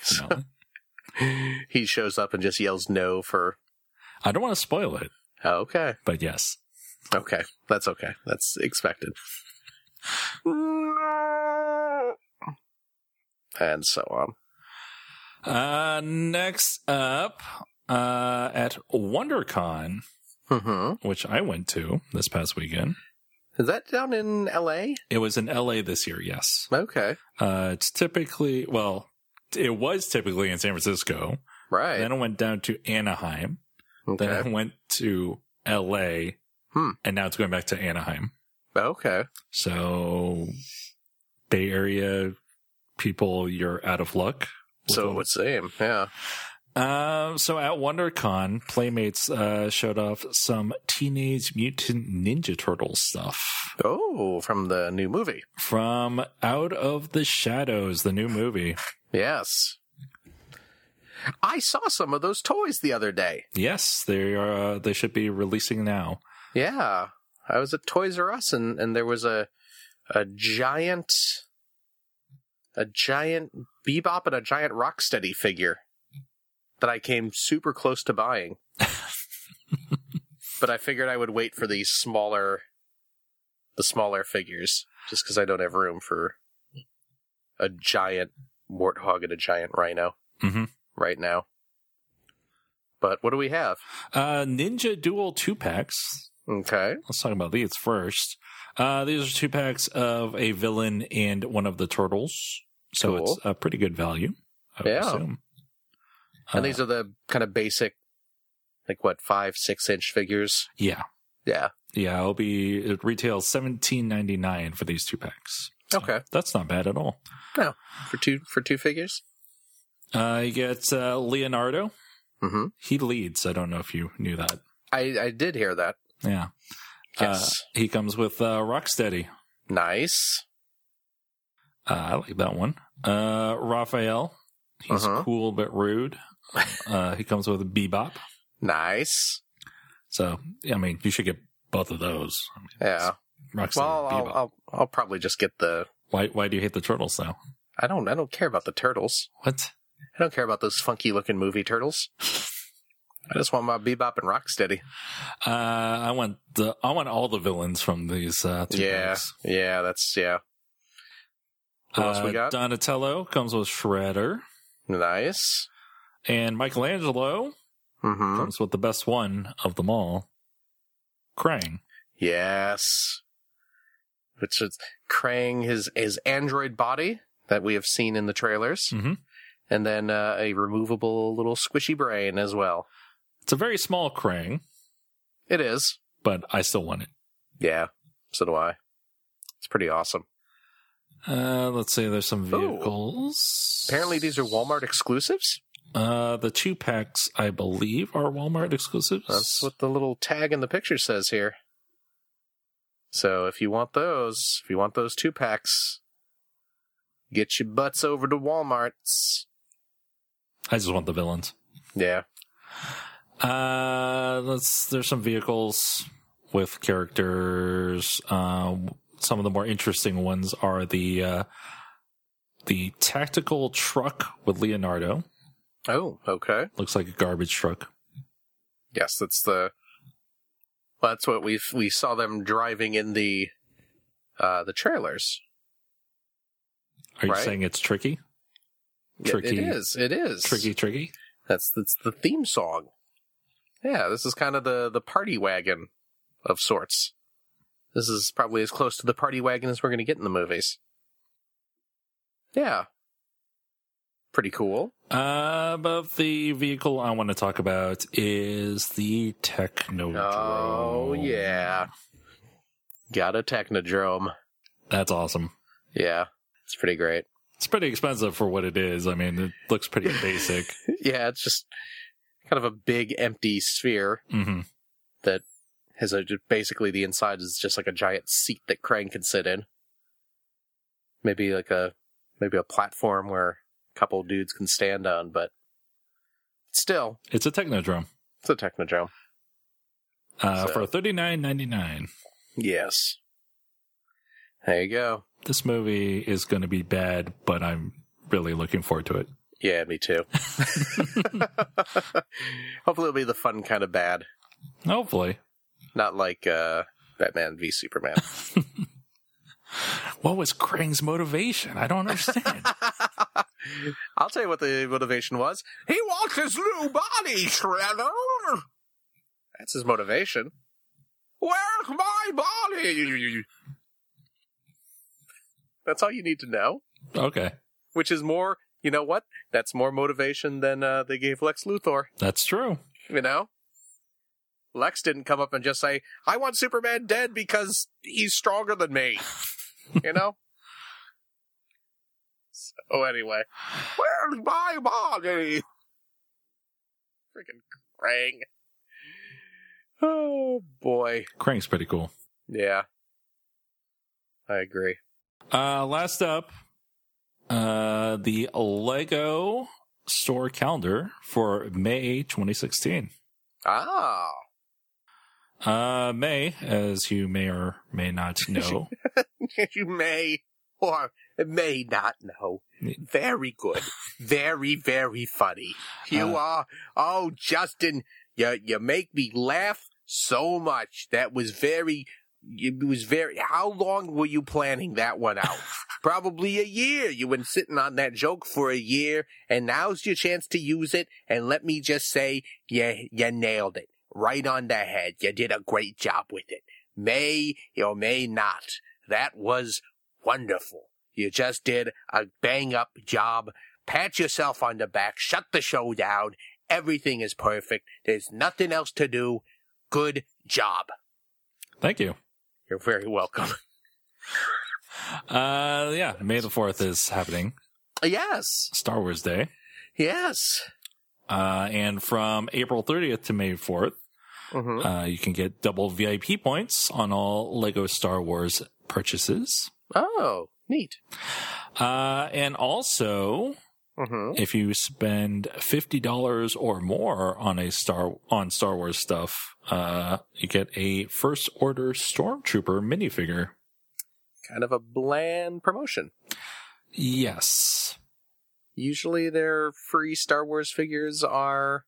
finale.
he shows up and just yells no for. oh,
I don't want to spoil it,
Okay,
but yes.
okay, that's okay. That's expected. and so on.
Uh, next up, uh, at WonderCon,
Mm-hmm.
which I went to this past weekend.
Is that down in L.A.?
It was in LA this year, yes.
Okay,
Uh, it's typically, well, it was typically in San Francisco.
right.
Then I went down to Anaheim.
okay.
Then I went to LA.
Hmm.
And now it's going back to Anaheim.
okay.
So, Bay Area people, you're out of luck.
So it would seem, yeah.
Um, so at WonderCon, Playmates uh, showed off some Teenage Mutant Ninja Turtles stuff
Oh, from the new movie.
from Out of the Shadows, the new movie.
Yes. I saw some of those toys the other day.
Yes, they are. Uh, they should be releasing now.
Yeah, I was at Toys R Us, and and there was a a giant, a giant Bebop and a giant Rocksteady figure that I came super close to buying, but I figured I would wait for the smaller, the smaller figures, just because I don't have room for a giant warthog and a giant rhino
Mhm.
right now. But what do we have?
Uh, Ninja Duel two packs.
Okay.
Let's talk about these first. Uh, these are two packs of a villain and one of the turtles. So
Cool.
it's a pretty good value. I would
Yeah.
assume.
And
Uh,
these are the kind of basic, like what five, six inch figures.
yeah,
Yeah.
yeah. It'll be it retails seventeen ninety nine for these two packs. So
Okay.
That's not bad at all.
For two for two figures.
Uh, you get uh, Leonardo.
Mm-hmm.
He leads. I don't know if you knew that.
I I did hear that.
Yeah.
Yes.
Uh, he comes with uh, Rocksteady.
nice.
Uh, I like that one. Uh, Raphael. He's
Uh-huh.
cool but rude. Uh, he comes with Bebop.
Nice.
So, I mean, you should get both of those. I mean,
Yeah.
Rocksteady,
Well, I'll,
Bebop.
I'll I'll probably just get the.
why, why do you hate the turtles, though?
I don't I don't care about the turtles.
What?
I don't care about those funky looking movie turtles. I just want my Bebop and Rocksteady.
Uh, I want the I want all the villains from these uh, two
yeah.
packs.
Yeah. That's yeah. Who else we
Uh,
got?
Donatello comes with Shredder.
Nice.
And Michelangelo
Mm-hmm.
comes with the best one of them all, Krang.
Yes. Which is Krang, his his android body that we have seen in the trailers,
Mhm.
and then uh, a removable little squishy brain as well.
It's a very small Krang,
It is.
but I still want it.
Yeah. So do I. It's pretty awesome.
Uh, let's see, there's some
Ooh.
vehicles.
Apparently, these are Walmart exclusives.
Uh, the two packs, I believe, are Walmart exclusives.
That's what the little tag in the picture says here. So if you want those, if you want those two packs, get your butts over to Walmart's.
I just want the villains.
Yeah.
Uh, let's. There's some vehicles with characters. Um, some of the more interesting ones are the uh, the tactical truck with Leonardo.
Oh, okay.
Looks like a garbage truck.
Yes, that's the. Well, that's what we we saw them driving in the, uh, the trailers.
Are you
Right.
saying it's tricky?
Yeah,
Tricky.
It is. It is
Tricky, tricky.
That's that's the theme song. Yeah, this is kind of the the party wagon of sorts. This is probably as close to the party wagon as we're going to get in the movies. Yeah. Pretty cool.
Uh, but the vehicle I want to talk about is the Technodrome.
Oh yeah. Got a technodrome.
that's awesome.
Yeah. It's pretty great.
It's pretty expensive for what it is. I mean, it looks
(laughs)
pretty basic.
yeah, it's just kind of a big empty sphere
hmm
has a basically the inside is just like a giant seat that Crane can sit in. Maybe like a maybe a platform where a couple dudes can stand on, but still,
It's a Technodrome
it's a technodrome.
uh,
So-
for thirty nine ninety nine.
Yes. There you go.
This movie is going to be bad, but I'm really looking forward to it.
Yeah, me too. (laughs) Hopefully it'll be the fun kind of bad.
Hopefully,
Not like uh Batman v Superman.
what was Krang's motivation? I don't understand.
(laughs) I'll tell you what the motivation was. He wants his new body, Shredder. That's his motivation. Where's my body? That's all you need to know.
(laughs) okay,
Which is more, you know what? That's more motivation than uh, they gave Lex Luthor.
that's true.
You know, Lex didn't come up and just say, "I want Superman dead because he's stronger than me." you know. So anyway, where's my body? Freaking Krang. Oh boy,
Krang's pretty cool.
yeah, I agree.
Uh, last up, uh, the Lego store calendar for May 2016.
Ah,
Uh, May, as you may or may (laughs) not know,
(laughs) you may or may not know. Very good. Very, very funny. You
Uh,
are, oh, Justin, you, you make me laugh so much. That was very, it was very, how long were you planning that one out? Probably a year. You've been sitting on that joke for a year, and now's your chance to use it. And let me just say, yeah, you nailed it. Right on the head. You did a great job with it. May or may not. That was wonderful. You just did a bang up job. Pat yourself on the back. Shut the show down. Everything is perfect. There's nothing else to do. Good job.
thank you.
You're very welcome. (laughs)
Uh, yeah, May the 4th is happening,
yes.
Star Wars Day.
Yes.
Uh, and from April 30th to May 4th,
Mm-hmm.
uh, you can get double VIP points on all Lego Star Wars purchases.
Oh, neat.
Uh, and also,
Mm-hmm.
if you spend fifty dollars or more on a star on Star Wars stuff, uh, you get a First Order Stormtrooper minifigure.
Kind of a bland promotion.
Yes,
Usually their free Star Wars figures are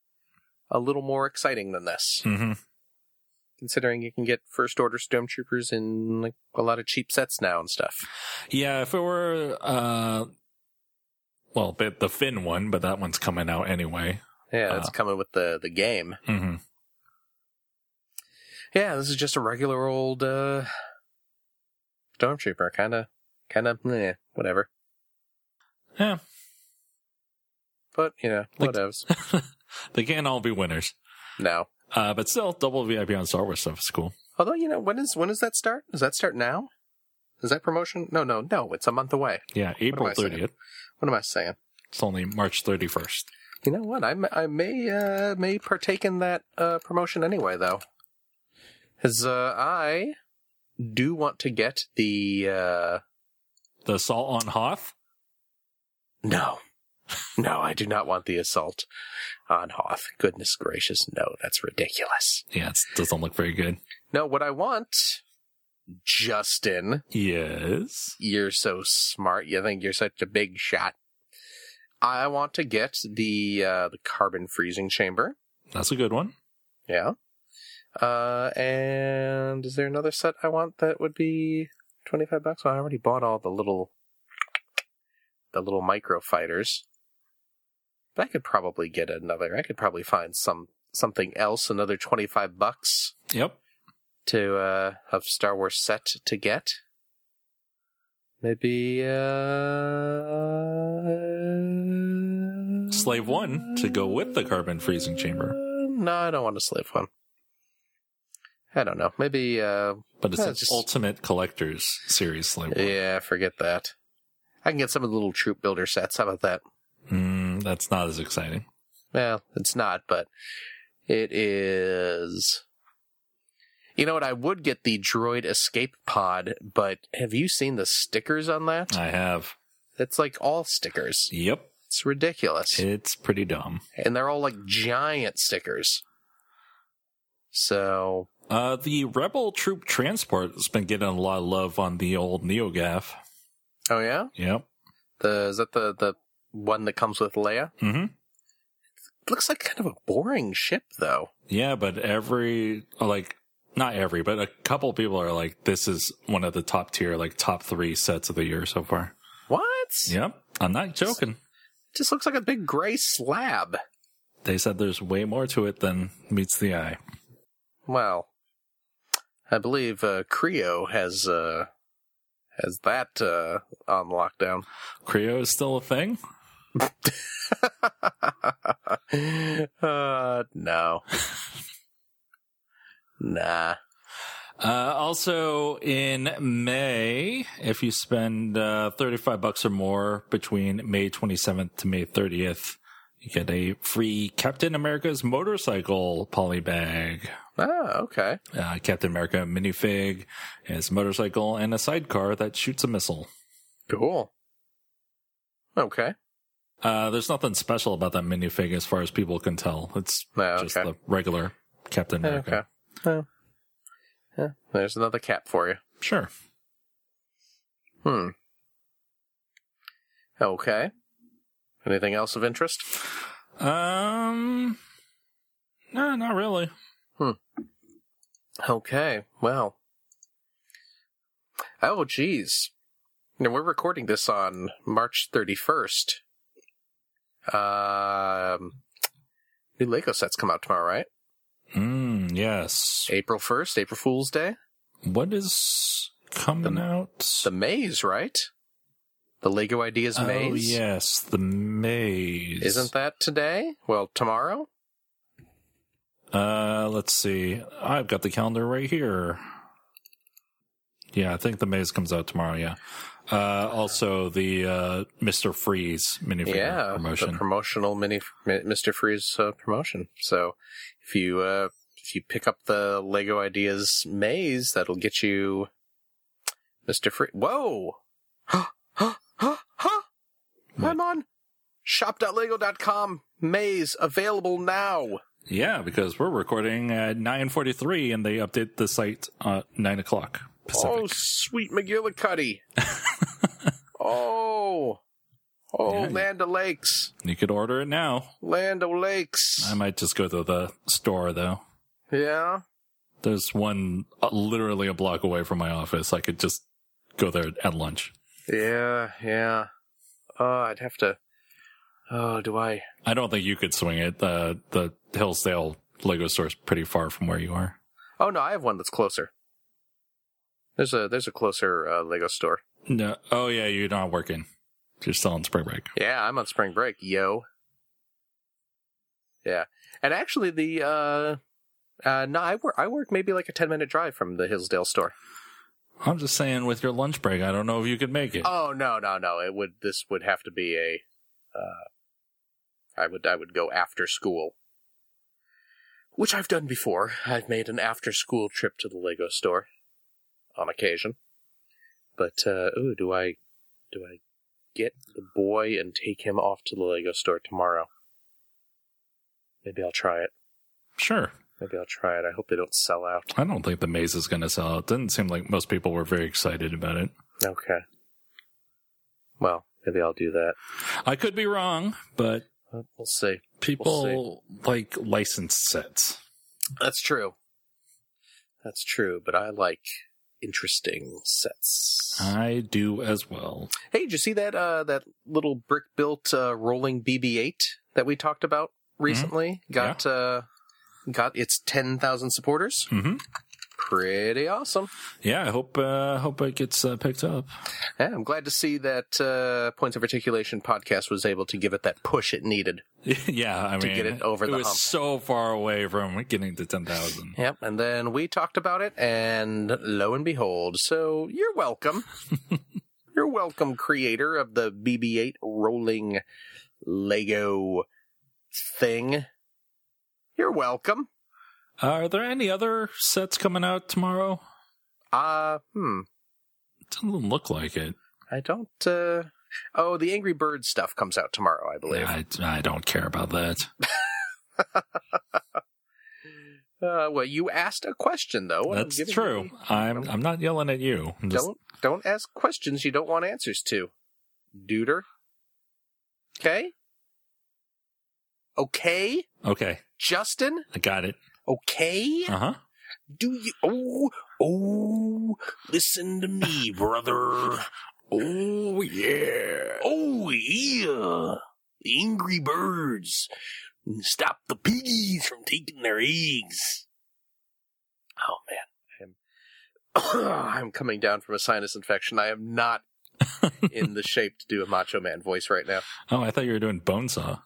a little more exciting than this,
hmm
considering you can get First Order Stormtroopers in like, a lot of cheap sets now and stuff.
yeah. If it were, uh, well, the, the Finn one, but that one's coming out anyway.
Yeah, it's
Uh.
coming with the, the game.
hmm
Yeah, this is just a regular old uh stormtrooper, kind of, kind of, eh, whatever.
Yeah.
But you know,
Like- (laughs)
whatevs.
They can't all be winners,
no.
uh, but still, double VIP on Star Wars stuff is cool.
Although you know, when is when does that start? Does that start now? Is that promotion? No, no, no. It's a month away.
Yeah, April
I saying?
thirtieth.
What am I saying?
It's only March thirty first.
You know what? I, m- I may uh, may partake in that uh, promotion anyway, though, as uh, I do want to get the uh
The assault on Hoth?
no. No, I do not want the assault on Hoth. Goodness gracious, no, that's ridiculous.
Yeah, it doesn't look very good.
No, what I want Justin,
Yes.
you're so smart. You think you're such a big shot. I want to get the uh the carbon freezing chamber.
That's a good one.
Yeah. Uh, and is there another set I want that would be twenty five bucks? Well, I already bought all the little the little micro fighters. But I could probably get another. I could probably find some something else, another twenty five bucks
Yep.
to uh of Star Wars set to get. Maybe uh
Slave one to go with the carbon freezing chamber.
uh, No, I don't want a slave one. I don't know. Maybe, uh,
But it's
Yeah,
an
just-
ultimate collector's series slave one.
yeah, forget that. I can get some of the little troop builder sets. How about that?
Mm, that's not as exciting.
Well, it's not, but it is. You know what? I would get the droid escape pod, but have you seen the stickers on that?
I have.
It's like all stickers.
Yep.
It's ridiculous.
It's pretty dumb.
And they're all like giant stickers. So,
Uh, the Rebel Troop Transport has been getting a lot of love on the old NeoGAF.
oh yeah?
Yep.
The, is that the, the one that comes with Leia?
Mm-hmm.
looks like kind of a boring ship though.
Yeah, but every, like, not every, but a couple people are like, this is one of the top tier, like top three sets of the year so far.
What?
Yep. I'm not joking.
Just looks like a big gray slab.
They said there's way more to it than meets the eye.
Well, I believe uh, Creo has uh has that uh on lockdown. (laughs)
Creo is still a thing?
uh no. nah.
Uh, also in May, if you spend uh, 35 bucks or more between May 27th to May 30th, you get a free Captain America's motorcycle poly bag.
Oh, okay.
Uh, Captain America minifig, his motorcycle, and a sidecar that shoots a missile.
Cool. Okay.
Uh, there's nothing special about that minifig as far as people can tell. It's
No,
just
Uh, okay.
the regular Captain America.
Okay. Well, yeah, there's another cap for you.
Sure.
Hmm. Okay. Anything else of interest?
Um, no, not really.
Okay. Well. Oh, geez. Now we're recording this on March 31st. Um, new Lego sets come out tomorrow, right?
Mm, yes.
April 1st, April Fool's Day.
What is coming
The-
out?
The maze, right? The Lego Ideas
oh,
maze.
yes, the maze.
Isn't that today? Well, tomorrow?
Uh, let's see. I've got the calendar right here. Yeah, I think the maze comes out tomorrow. Yeah. Uh, also the uh, Mister Freeze minifigure
yeah,
promotion.
the promotional mini Mi- Mr. Freeze uh, promotion. So if you uh, if you pick up the Lego Ideas maze, that'll get you Mr. Freeze. Whoa! (gasps) I'm
What?
on shop.lego.com maze available now.
yeah, because we're recording at nine forty-three, and they update the site at nine o'clock
Oh,
Pacific. (laughs)
sweet McGillicuddy! oh, oh,
Yeah.
Land O'Lakes,
You could order it now.
Land O'Lakes.
I might just go to the store though.
yeah.
There's one uh, literally a block away from my office. I could just go there at lunch.
Yeah, yeah. Oh, I'd have to. Oh, do I?
I don't think you could swing it. Uh, the Hillsdale Lego store's pretty far from where you are.
Oh no, I have one that's closer. There's a there's a closer uh, Lego store.
No. Oh yeah, you're not working. You're still on spring break.
Yeah, I'm on spring break, yo. Yeah, and actually the uh, uh no, I work I work maybe like a ten minute drive from the Hillsdale store.
I'm just saying, with your lunch break, I don't know if you could make it.
Oh no, no, no! It would this would have to be a. Uh, I would I would go after school. Which I've done before. I've made an after school trip to the Lego store on occasion. But uh, ooh, do I do I get the boy and take him off to the Lego store tomorrow? Maybe I'll try it.
Sure.
Maybe I'll try it. I hope they don't sell out.
I don't think the maze is going to sell. It doesn't seem like most people were very excited about it.
Okay. Well, maybe I'll do that.
I could be wrong, but
Uh, We'll see.
people like licensed sets.
That's true. That's true, but I like interesting sets.
I do as well.
Hey, did you see that uh, that little brick built uh, rolling BB-8 that we talked about recently? Got uh, got its ten thousand supporters.
hmm
Pretty awesome.
Yeah, I hope uh, hope it gets uh, picked up.
Yeah, I'm glad to see that uh, Points of Articulation podcast was able to give it that push it needed.
(laughs) yeah, I mean,
To get it over the
was
hump.
so far away from getting to ten thousand.
Yep, and then we talked about it, and lo and behold, so
(laughs)
you're welcome. you're welcome, creator of the BB-8 rolling Lego thing. You're welcome.
are there any other sets coming out tomorrow?
Uh, hmm.
Doesn't look like it.
I don't, uh, oh, the Angry Bird stuff comes out tomorrow, I believe.
I I don't care about that.
Uh, well, you asked a question, though. and I'm
That's
giving
true.
you-
I'm I'm not yelling at you. I'm just-
Don't, don't ask questions you don't want answers to. Duder. Okay? Okay?
okay,
Justin?
I got it.
Okay?
Uh huh.
Do you? Oh, oh, listen to me, brother. Oh, yeah. Oh, yeah. The angry birds stop the piggies from taking their eggs. Oh, man. I'm, (coughs) I'm coming down from a sinus infection. I am not in the shape to do a Macho Man voice right now.
Oh, I thought you were doing Bonesaw.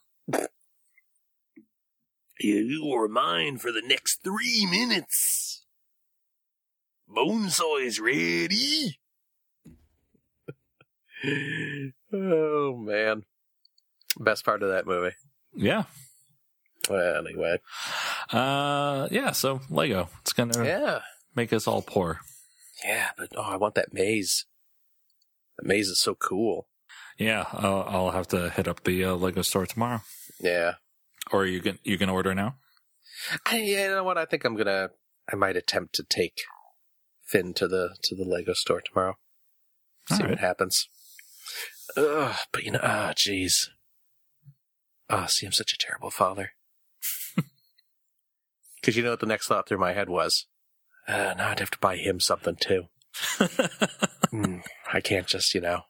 You are mine for the next three minutes. Bonesaw is ready. oh man, best part of that movie.
Yeah.
Well, anyway,
Uh, yeah. So Lego, it's gonna
yeah,
make us all poor.
yeah, but oh, I want that maze. The maze is so cool.
Yeah, I'll, I'll have to hit up the uh, Lego store tomorrow.
Yeah,
Or you can you can order now. (laughs)
I, you know what? I think I'm gonna. I might attempt to take Finn to the to the Lego store tomorrow. See
All
what
right.
happens. Ugh, but you know, ah, jeez. Ah, see, I'm such a terrible father. (laughs) Because you know what the next thought through my head was? Uh, now I'd have to buy him something too. Hmm, I can't just, you know,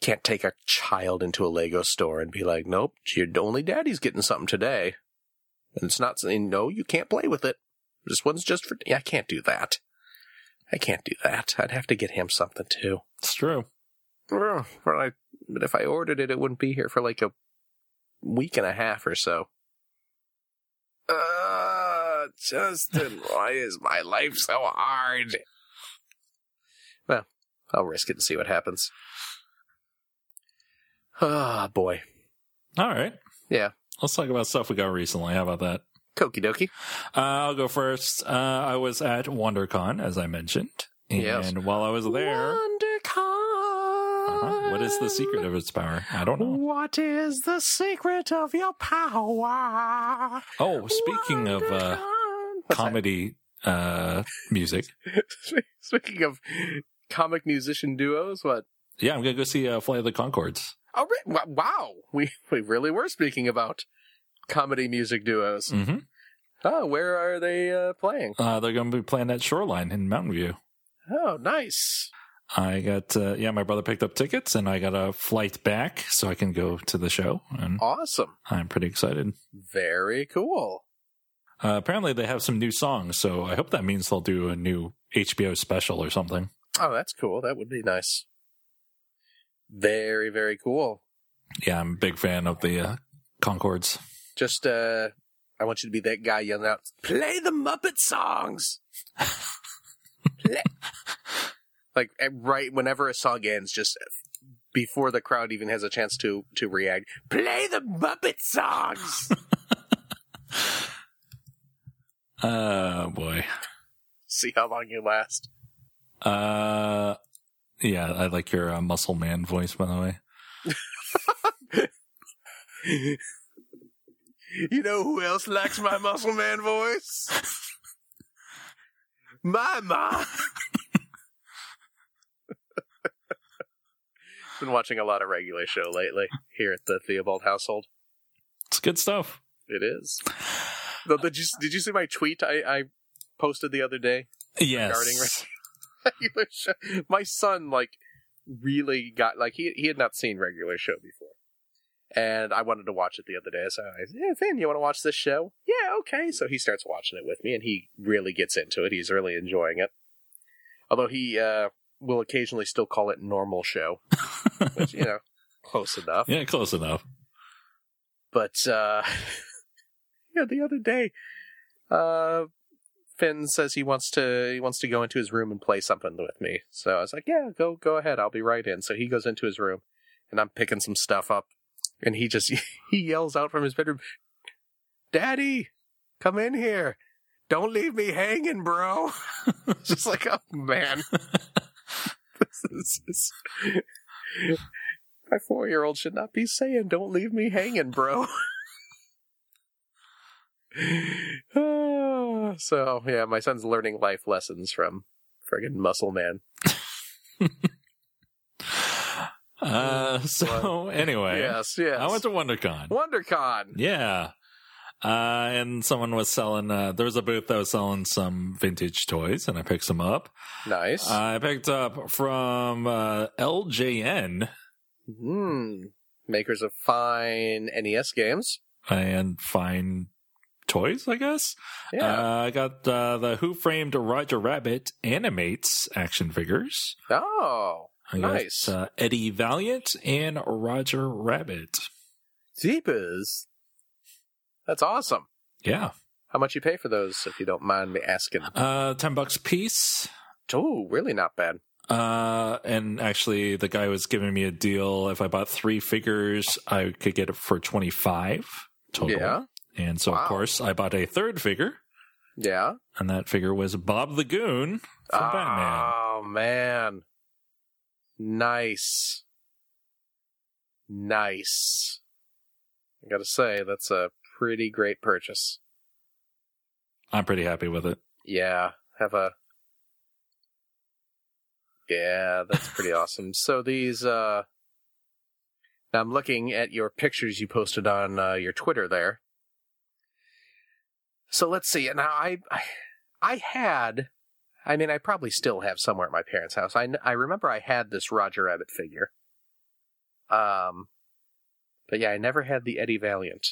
can't take a child into a Lego store and be like, nope, your only daddy's getting something today. And it's not saying, no, you can't play with it. This one's just for, I can't do that. I can't do that. I'd have to get him something too.
it's true.
Ugh, But I- but if I ordered it, it wouldn't be here for like a week and a half or so. Uh, (laughs) Justin, why is my life so hard? Well, I'll risk it and see what happens. Ah, boy.
All right.
Yeah.
Let's talk about stuff we got recently. How about that?
Okie dokie.
Uh, I'll go first. Uh, I was at WonderCon, as I mentioned. And
Yes.
while I was there, uh-huh,
WonderCon.
what is the secret of its power? I don't know.
What is the secret of your power?
Oh, speaking of uh, comedy uh, music,
(laughs) speaking of comic musician duos, what?
yeah, I'm going to go see uh, Flight of the Concords.
Oh, re- wa- wow! We we really were speaking about comedy music duos.
hmm
Oh, where are they uh, playing?
Uh, they're going to be playing at Shoreline in Mountain View.
Oh, nice.
I got, uh, yeah, my brother picked up tickets and I got a flight back so I can go to the show. And
Awesome.
I'm pretty excited.
Very cool.
Uh, apparently, they have some new songs, so I hope that means they'll do a new HBO special or something.
Oh, that's cool. That would be nice. Very very cool.
Yeah, I'm a big fan of the uh, Concords.
Just uh, I want you to be that guy yelling out, "Play the Muppet songs." (laughs) Play- like eh, right whenever a song ends, just before the crowd even has a chance to to react, play the Muppet songs.
Oh Uh, boy.
(laughs) See how long you last.
Uh, yeah, I like your uh, muscle man voice, by the way.
you know who else likes my muscle man voice? my mom. Been watching a lot of regular show lately here at the Theobald household.
It's good stuff.
It is. Though, did you did you see my tweet I, I posted the other day? Regarding
Yes.
Rick. (laughs) regular show. My son like really got like he he had not seen regular show before, and I wanted to watch it the other day. So I said, "Yeah, Finn, you want to watch this show? Yeah, okay." So he starts watching it with me, and he really gets into it. He's really enjoying it. Although he uh, will occasionally still call it normal show, which you know, close enough.
Yeah, close enough.
But uh (laughs) yeah, the other day, uh Finn says he wants to he wants to go into his room and play something with me. So I was like, "Yeah, go go ahead. I'll be right in." So he goes into his room and I'm picking some stuff up and he just (laughs) he yells out from his bedroom, "Daddy, come in here. Don't leave me hanging, bro." (laughs) just like, "Oh man." (laughs) this is just- My four year old should not be saying, Don't leave me hanging, bro. (laughs) (sighs) Ah, so, yeah, my son's learning life lessons from friggin' Muscle Man.
Uh, so anyway,
Yes, yes.
Oh, eh? I went to WonderCon.
WonderCon.
Yeah. Uh, and someone was selling, uh, there was a booth that was selling some vintage toys and I picked some up.
Nice.
I picked up from, uh, LJN
Hmm. Makers of fine NES games.
and Fine Toys, I guess.
Yeah.
Uh, I got, uh, the Who Framed Roger Rabbit animates action figures.
oh,
I got,
Nice.
uh, Eddie Valiant and Roger Rabbit.
jeepers. That's awesome.
Yeah.
How much you pay for those, if you don't mind me asking?
Uh, 10 bucks piece.
Oh, really not bad.
Uh, and actually, the guy was giving me a deal. If I bought three figures, I could get it for twenty five total.
Yeah.
And so,
Wow.
of course, I bought a third figure,
Yeah.
and that figure was Bob the Goon from
Ah.
Batman.
Oh man. Nice. Nice. I gotta say, that's a pretty great purchase.
I'm pretty happy with it.
Yeah. Have a Yeah, that's pretty awesome. So these uh now I'm looking at your pictures you posted on uh, your Twitter there. So let's see. Now I I- I had I mean I probably still have somewhere at my parents' house. I kn- I remember I had this Roger Rabbit figure. Um but yeah, I never had the Eddie Valiant.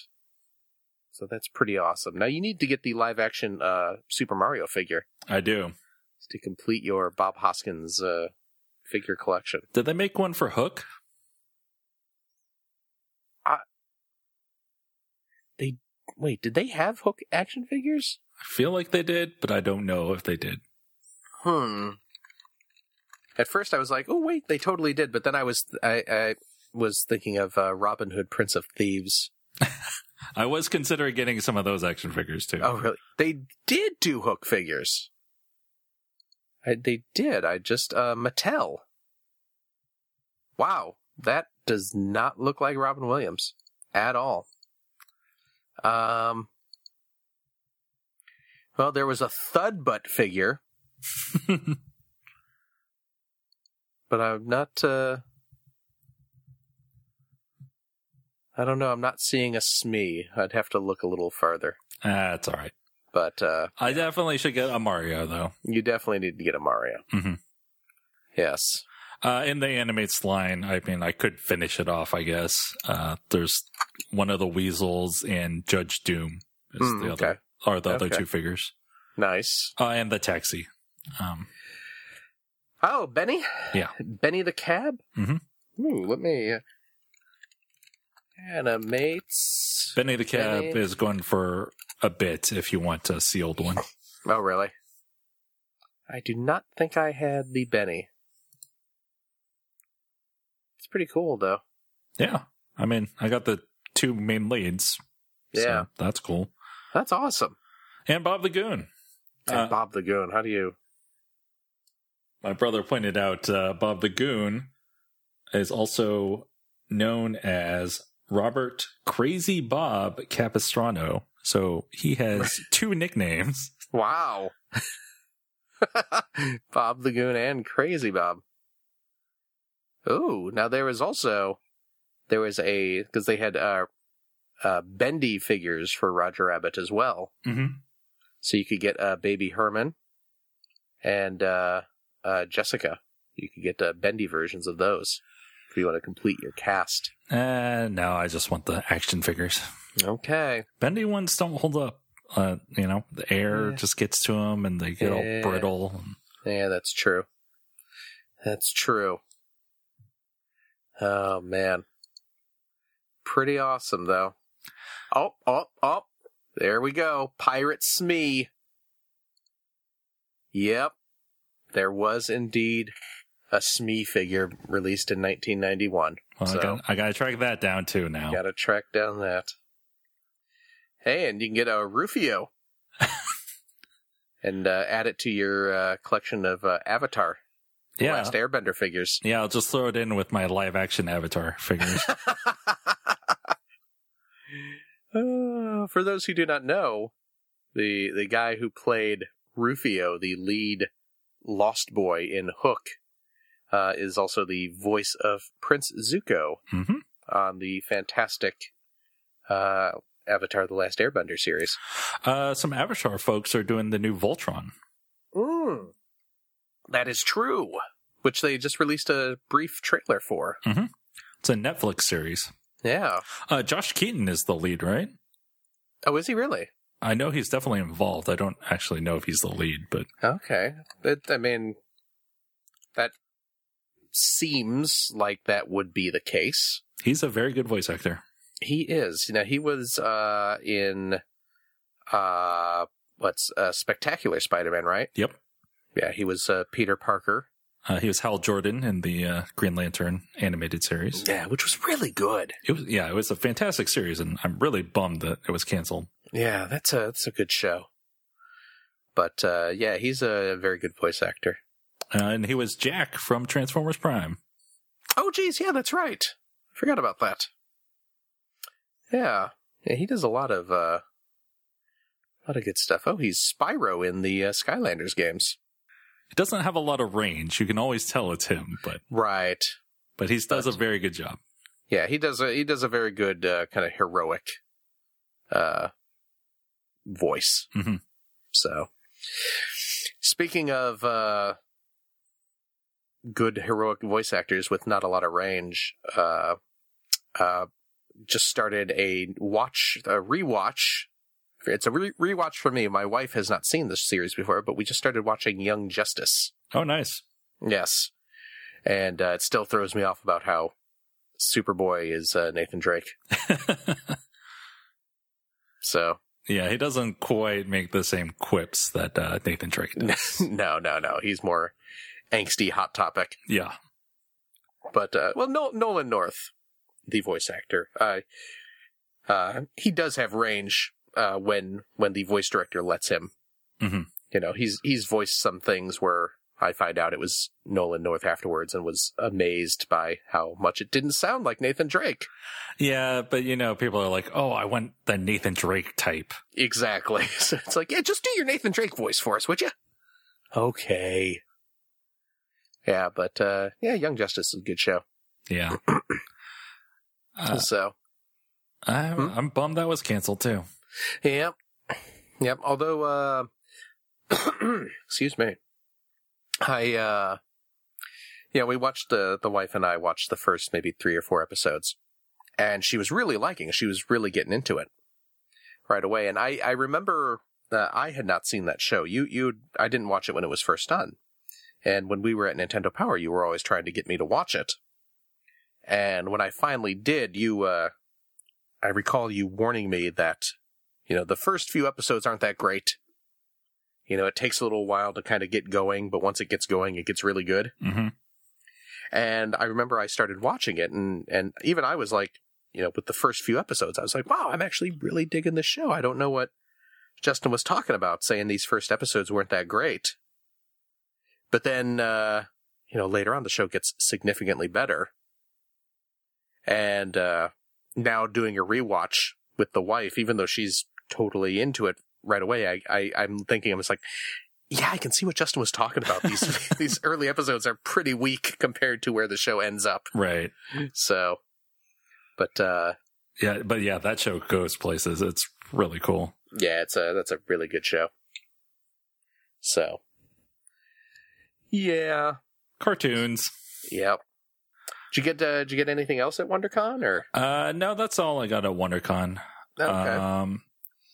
So that's pretty awesome. Now you need to get the live action uh Super Mario figure
I do.
to complete your Bob Hoskins uh, figure collection.
Did they make one for Hook?
Wait, did they have Hook action figures?
I feel like they did, but I don't know if they did.
Hmm. At first, I was like, "Oh wait, they totally did," but then I was I, I was thinking of uh, Robin Hood, Prince of Thieves.
I was considering getting some of those action figures too.
Oh, really? They did do Hook figures. I, they did. I just uh, Mattel. Wow, that does not look like Robin Williams at all. Um. Well, there was a thud butt figure, but I'm not. Uh, I don't know. I'm not seeing a Smee. I'd have to look a little further.
ah, it's all right.
But uh,
I definitely should get a Mario though.
You definitely need to get a Mario.
Mhm.
Yes.
Uh, in the animates line, I mean, I could finish it off, I guess. Uh, there's one of the weasels and Judge Doom is
Mm,
the
okay.
other, are the other
Okay.
two figures,
Nice.
uh, and the taxi. Um,
Oh, Benny.
Yeah.
Benny the cab.
Mhm.
Ooh, let me. uh, Animates.
Benny the Cab
Benny.
is going for a bit if you want a sealed one.
Oh, really? I do not think I had the Benny. It's pretty cool, though.
Yeah, I mean, I got the two main leads.
Yeah.
so that's cool.
That's awesome.
And Bob the Goon.
And
Uh,
Bob the Goon. How do you?
my brother pointed out uh, Bob the Goon is also known as Robert Crazy Bob Capistrano. So he has (laughs) two nicknames.
Wow. (laughs) Bob the Goon and Crazy Bob. Oh, now there was also there was a because they had uh, uh bendy figures for Roger Rabbit as well,
Mm-hmm.
so you could get uh, Baby Herman and uh, uh, Jessica. You could get uh, bendy versions of those if you want to complete your cast.
Uh, no, I just want the action figures.
Okay,
Bendy ones don't hold up. Uh, you know, the air
Yeah.
just gets to them and they get
Yeah.
all brittle.
yeah, that's true. That's true. Oh man. Pretty awesome though. Oh, oh, oh. There we go. Pirate Smee. Yep. There was indeed a Smee figure released in 1991.
Well,
So-
I, got, I gotta track that down too now.
Got to track down that. Hey, and you can get a Rufio and uh, add it to your uh, collection of uh, Avatar
yeah.
Last Airbender figures. (laughs)
Yeah, I'll just throw it in with my live action avatar figures.
Uh, for those who do not know, the the guy who played Rufio, the lead Lost Boy in Hook, uh, is also the voice of Prince Zuko
hmm
on the fantastic uh, Avatar: The Last Airbender series.
uh, some avatar folks are doing the new Voltron.
Mm. That is true. Which they just released a brief trailer for.
It's a Netflix series.
Yeah.
Uh, Josh Keaton is the lead, right?
Oh, is he really?
I know he's definitely involved. I don't actually know if he's the lead, but
Okay. It, I mean, that seems like that would be the case.
he's a very good voice actor.
He is. Now, he was uh, in uh, what's uh, Spectacular Spider-Man, right?
Yep.
Yeah, he was uh, Peter Parker.
Uh, he was Hal Jordan in the uh, Green Lantern animated series.
Yeah, which was really good.
It was yeah, it was a fantastic series, and I'm really bummed that it was canceled.
Yeah, that's a that's a good show. But uh, yeah, he's a very good voice actor.
Uh, and he was Jack from Transformers Prime.
Oh, geez, yeah, that's right. Forgot about that. Yeah, yeah, he does a lot of uh, a lot of good stuff. Oh, he's Spyro in the uh, Skylanders games.
It doesn't have a lot of range. You can always tell it's him, but
Right.
but he does a very good job.
Yeah, he does a he does a very good uh, kind of heroic uh, voice.
Mhm.
So, speaking of uh, good heroic voice actors with not a lot of range, uh, uh, just started a watch a rewatch. It's a re- rewatch for me. My wife has not seen this series before, but we just started watching Young Justice.
Oh, nice. (laughs)
Yes. And uh, it still throws me off about how Superboy is uh, Nathan Drake. So,
yeah, he doesn't quite make the same quips that uh, Nathan Drake does.
(laughs) no, no, no. He's more angsty hot topic.
yeah.
But, uh, well, no, Nolan North, the voice actor, uh, uh, he does have range uh, when when the voice director lets him.
Mhm.
You know, he's he's voiced some things where I find out it was Nolan North afterwards and was amazed by how much it didn't sound like Nathan Drake.
Yeah, but you know, people are like, oh, I want the Nathan Drake type.
Exactly. (laughs) So it's like, yeah, just do your Nathan Drake voice for us, would you? Okay. Yeah, but uh yeah, Young Justice is a good show.
Yeah. Uh,
so
I, I'm bummed that was canceled too.
Yep. Yep. Although uh (clears throat) excuse me. I uh yeah, we watched the the wife and I watched the first maybe three or four episodes. And she was really liking it. She was really getting into it right away. And I, I remember uh, I had not seen that show. You you I didn't watch it when it was first done. And when we were at Nintendo Power, you were always trying to get me to watch it. And when I finally did, you uh I recall you warning me that you know the first few episodes aren't that great you know it takes a little while to kind of get going but once it gets going it gets really good
hmm
and i remember i started watching it and and even i was like you know with the first few episodes i was like wow i'm actually really digging this show i don't know what Justin was talking about, saying these first episodes weren't that great. But then, uh, you know, later on the show gets significantly better. And uh, now doing a rewatch with the wife, even though she's totally into it right away, I, I I'm thinking I'm just like, yeah, I can see what Justin was talking about. These (laughs) these early episodes are pretty weak compared to where the show ends up.
Right.
So, but uh,
Yeah, but yeah, that show goes places. It's really cool.
yeah, it's a that's a really good show. So, yeah,
Cartoons.
yep. Did you get uh, did you get anything else at WonderCon or
Uh, no, that's all I got at WonderCon. Um,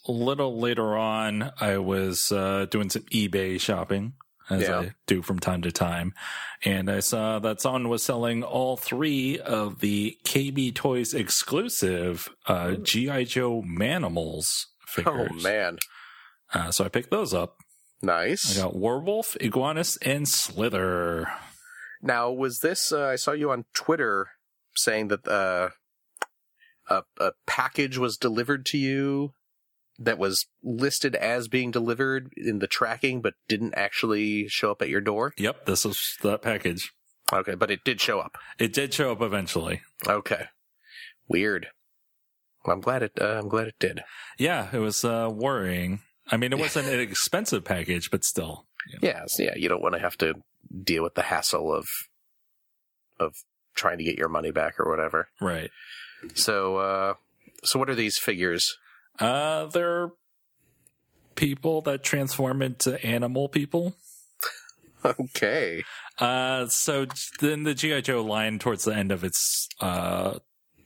a little later on, I was uh, doing some eBay shopping, as
Yeah.
I do from time to time. And I saw that someone was selling all three of the KB Toys exclusive uh,
Ooh.
G.I. Joe Manimals
oh
figures.
man,
Uh, so I picked those up. I
nice.
got Werewolf, Iguanus, and Slither.
Now, was this? Uh, I saw you on Twitter saying that uh, a a package was delivered to you that was listed as being delivered in the tracking, but didn't actually show up at your door.
Yep, this is that package.
Okay, but it did show up.
It did show up eventually.
Okay, weird. Well, I'm glad it. Uh, I'm glad it did.
Yeah, it was uh, worrying. I mean, it wasn't
(laughs)
an expensive package, but still.
Yeah, so yeah. You don't want to have to deal with the hassle of of trying to get your money back or whatever.
Right.
So, uh, so what are these figures?
Uh, they're people that transform into animal people.
Okay.
Uh, so then the GI Joe line towards the end of its uh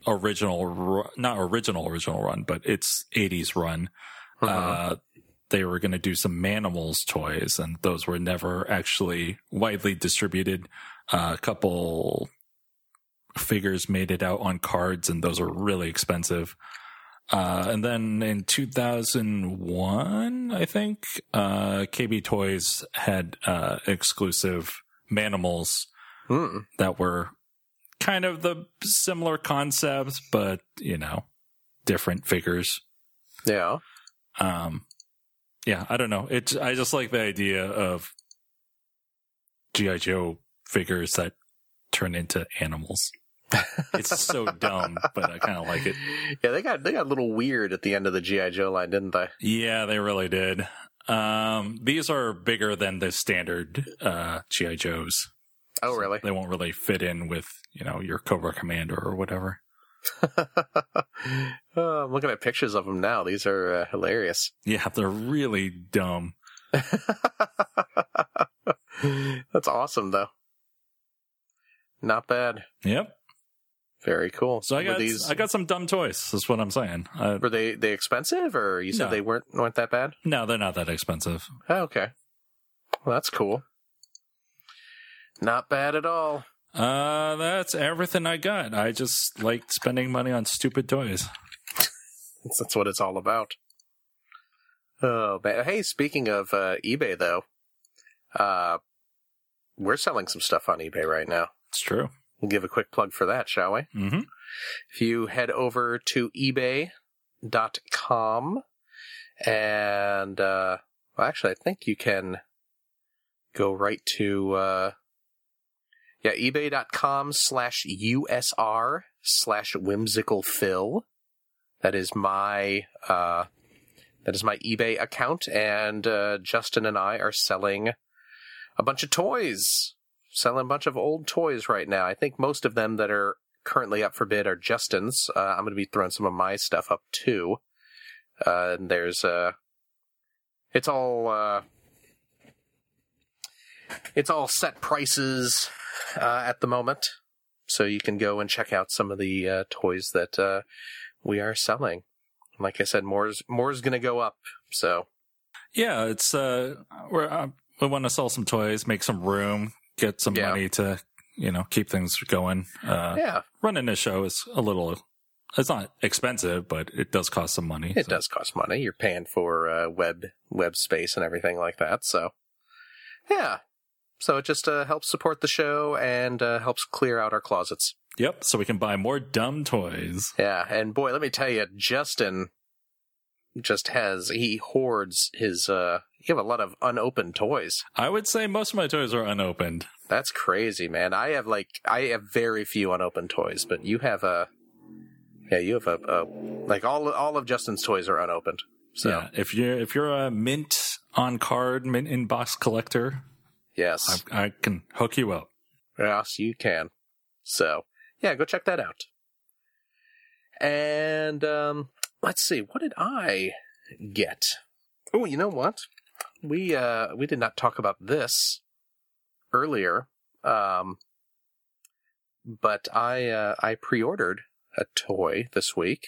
original, ru- not original original run, but its '80s run.
Uh-huh.
Uh, they were going to do some Manimals toys, and those were never actually widely distributed. Uh, a couple figures made it out on cards, and those are really expensive. Uh, and then in 2001, I think, uh, KB Toys had, uh, exclusive Manimals
Hmm.
that were kind of the similar concept, but, you know, different figures.
Yeah.
Um, yeah, I don't know. It's I just like the idea of GI Joe figures that turn into
(laughs)
animals. it's so dumb, but I kind of like it.
Yeah, they got they got a little weird at the end of the GI Joe line, didn't they?
Yeah, they really did. Um, these are bigger than the standard uh, GI Joes.
Oh, really?
They won't really fit in with you know your Cobra Commander or whatever.
(laughs) oh, I'm looking at pictures of them now. These are uh, hilarious. (laughs)
Yeah, they're really dumb.
That's awesome, though. Not bad.
Yep.
Very cool.
So I
were
got
these.
I got some dumb toys. Is what I'm saying. Uh,
were they they expensive, or you said
No.
they weren't weren't that bad?
no, they're not that expensive.
Oh, okay. Well, that's cool. Not bad at all.
Uh, that's everything I got. I just like spending money on stupid toys.
That's, that's what it's all about. Oh, man. hey, speaking of uh, eBay, though, uh, we're selling some stuff on eBay right now.
It's true.
We'll give a quick plug for that, shall we?
Mm-hmm.
If you head over to ebay.com and, uh, well, actually, I think you can go right to, uh, yeah, ebay.com slash USR slash whimsical fill. That is my, uh, that is my eBay account. And, uh, Justin and I are selling a bunch of toys. Selling a bunch of old toys right now. I think most of them that are currently up for bid are Justin's. Uh, I'm going to be throwing some of my stuff up too. Uh, and there's uh, it's all uh, it's all set prices uh, at the moment, so you can go and check out some of the uh, toys that uh, we are selling. Like I said, more's more's going to go up. So
Yeah, it's uh, we're uh, we want to sell some toys, make some room, get some
Yeah.
money to you know keep things going. Uh,
yeah,
running a show is a little. It's not expensive, but it does cost some (laughs) money.
It
so-
does cost money. You're paying for uh, web web space and everything like that. So, yeah. So it just uh, helps support the show and uh, helps clear out our closets.
Yep. So we can buy more dumb toys.
Yeah, and boy, let me tell you, Justin just has he hoards his uh you have a lot of unopened toys.
I would say most of my toys are unopened.
That's crazy, man. I have like I have very few unopened toys, but you have a yeah, you have a, a like all all of Justin's toys are unopened. So
Yeah, if you're if you're a mint on card, mint in box collector,
yes,
I, I can hook you up.
yes, you can. So yeah, go check that out. And um, let's see, what did I get? Oh, you know what? We uh we did not talk about this earlier. Um, but I uh, I pre-ordered a toy this week.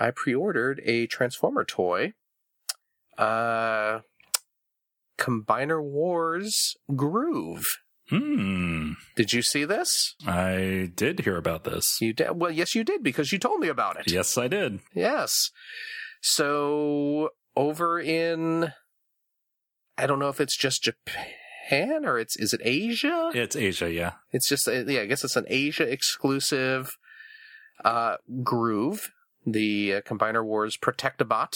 I pre-ordered a Transformer toy. Uh, Combiner Wars Groove.
Hmm.
Did you see this?
I did hear about this.
You did. Well, yes, you did because you told me about it.
Yes, I did.
Yes. So over in, I don't know if it's just Japan or it's is it Asia?
It's Asia, yeah.
It's just uh, yeah, I guess it's an Asia exclusive. Uh, Groove, the uh, Combiner Wars Protectabot,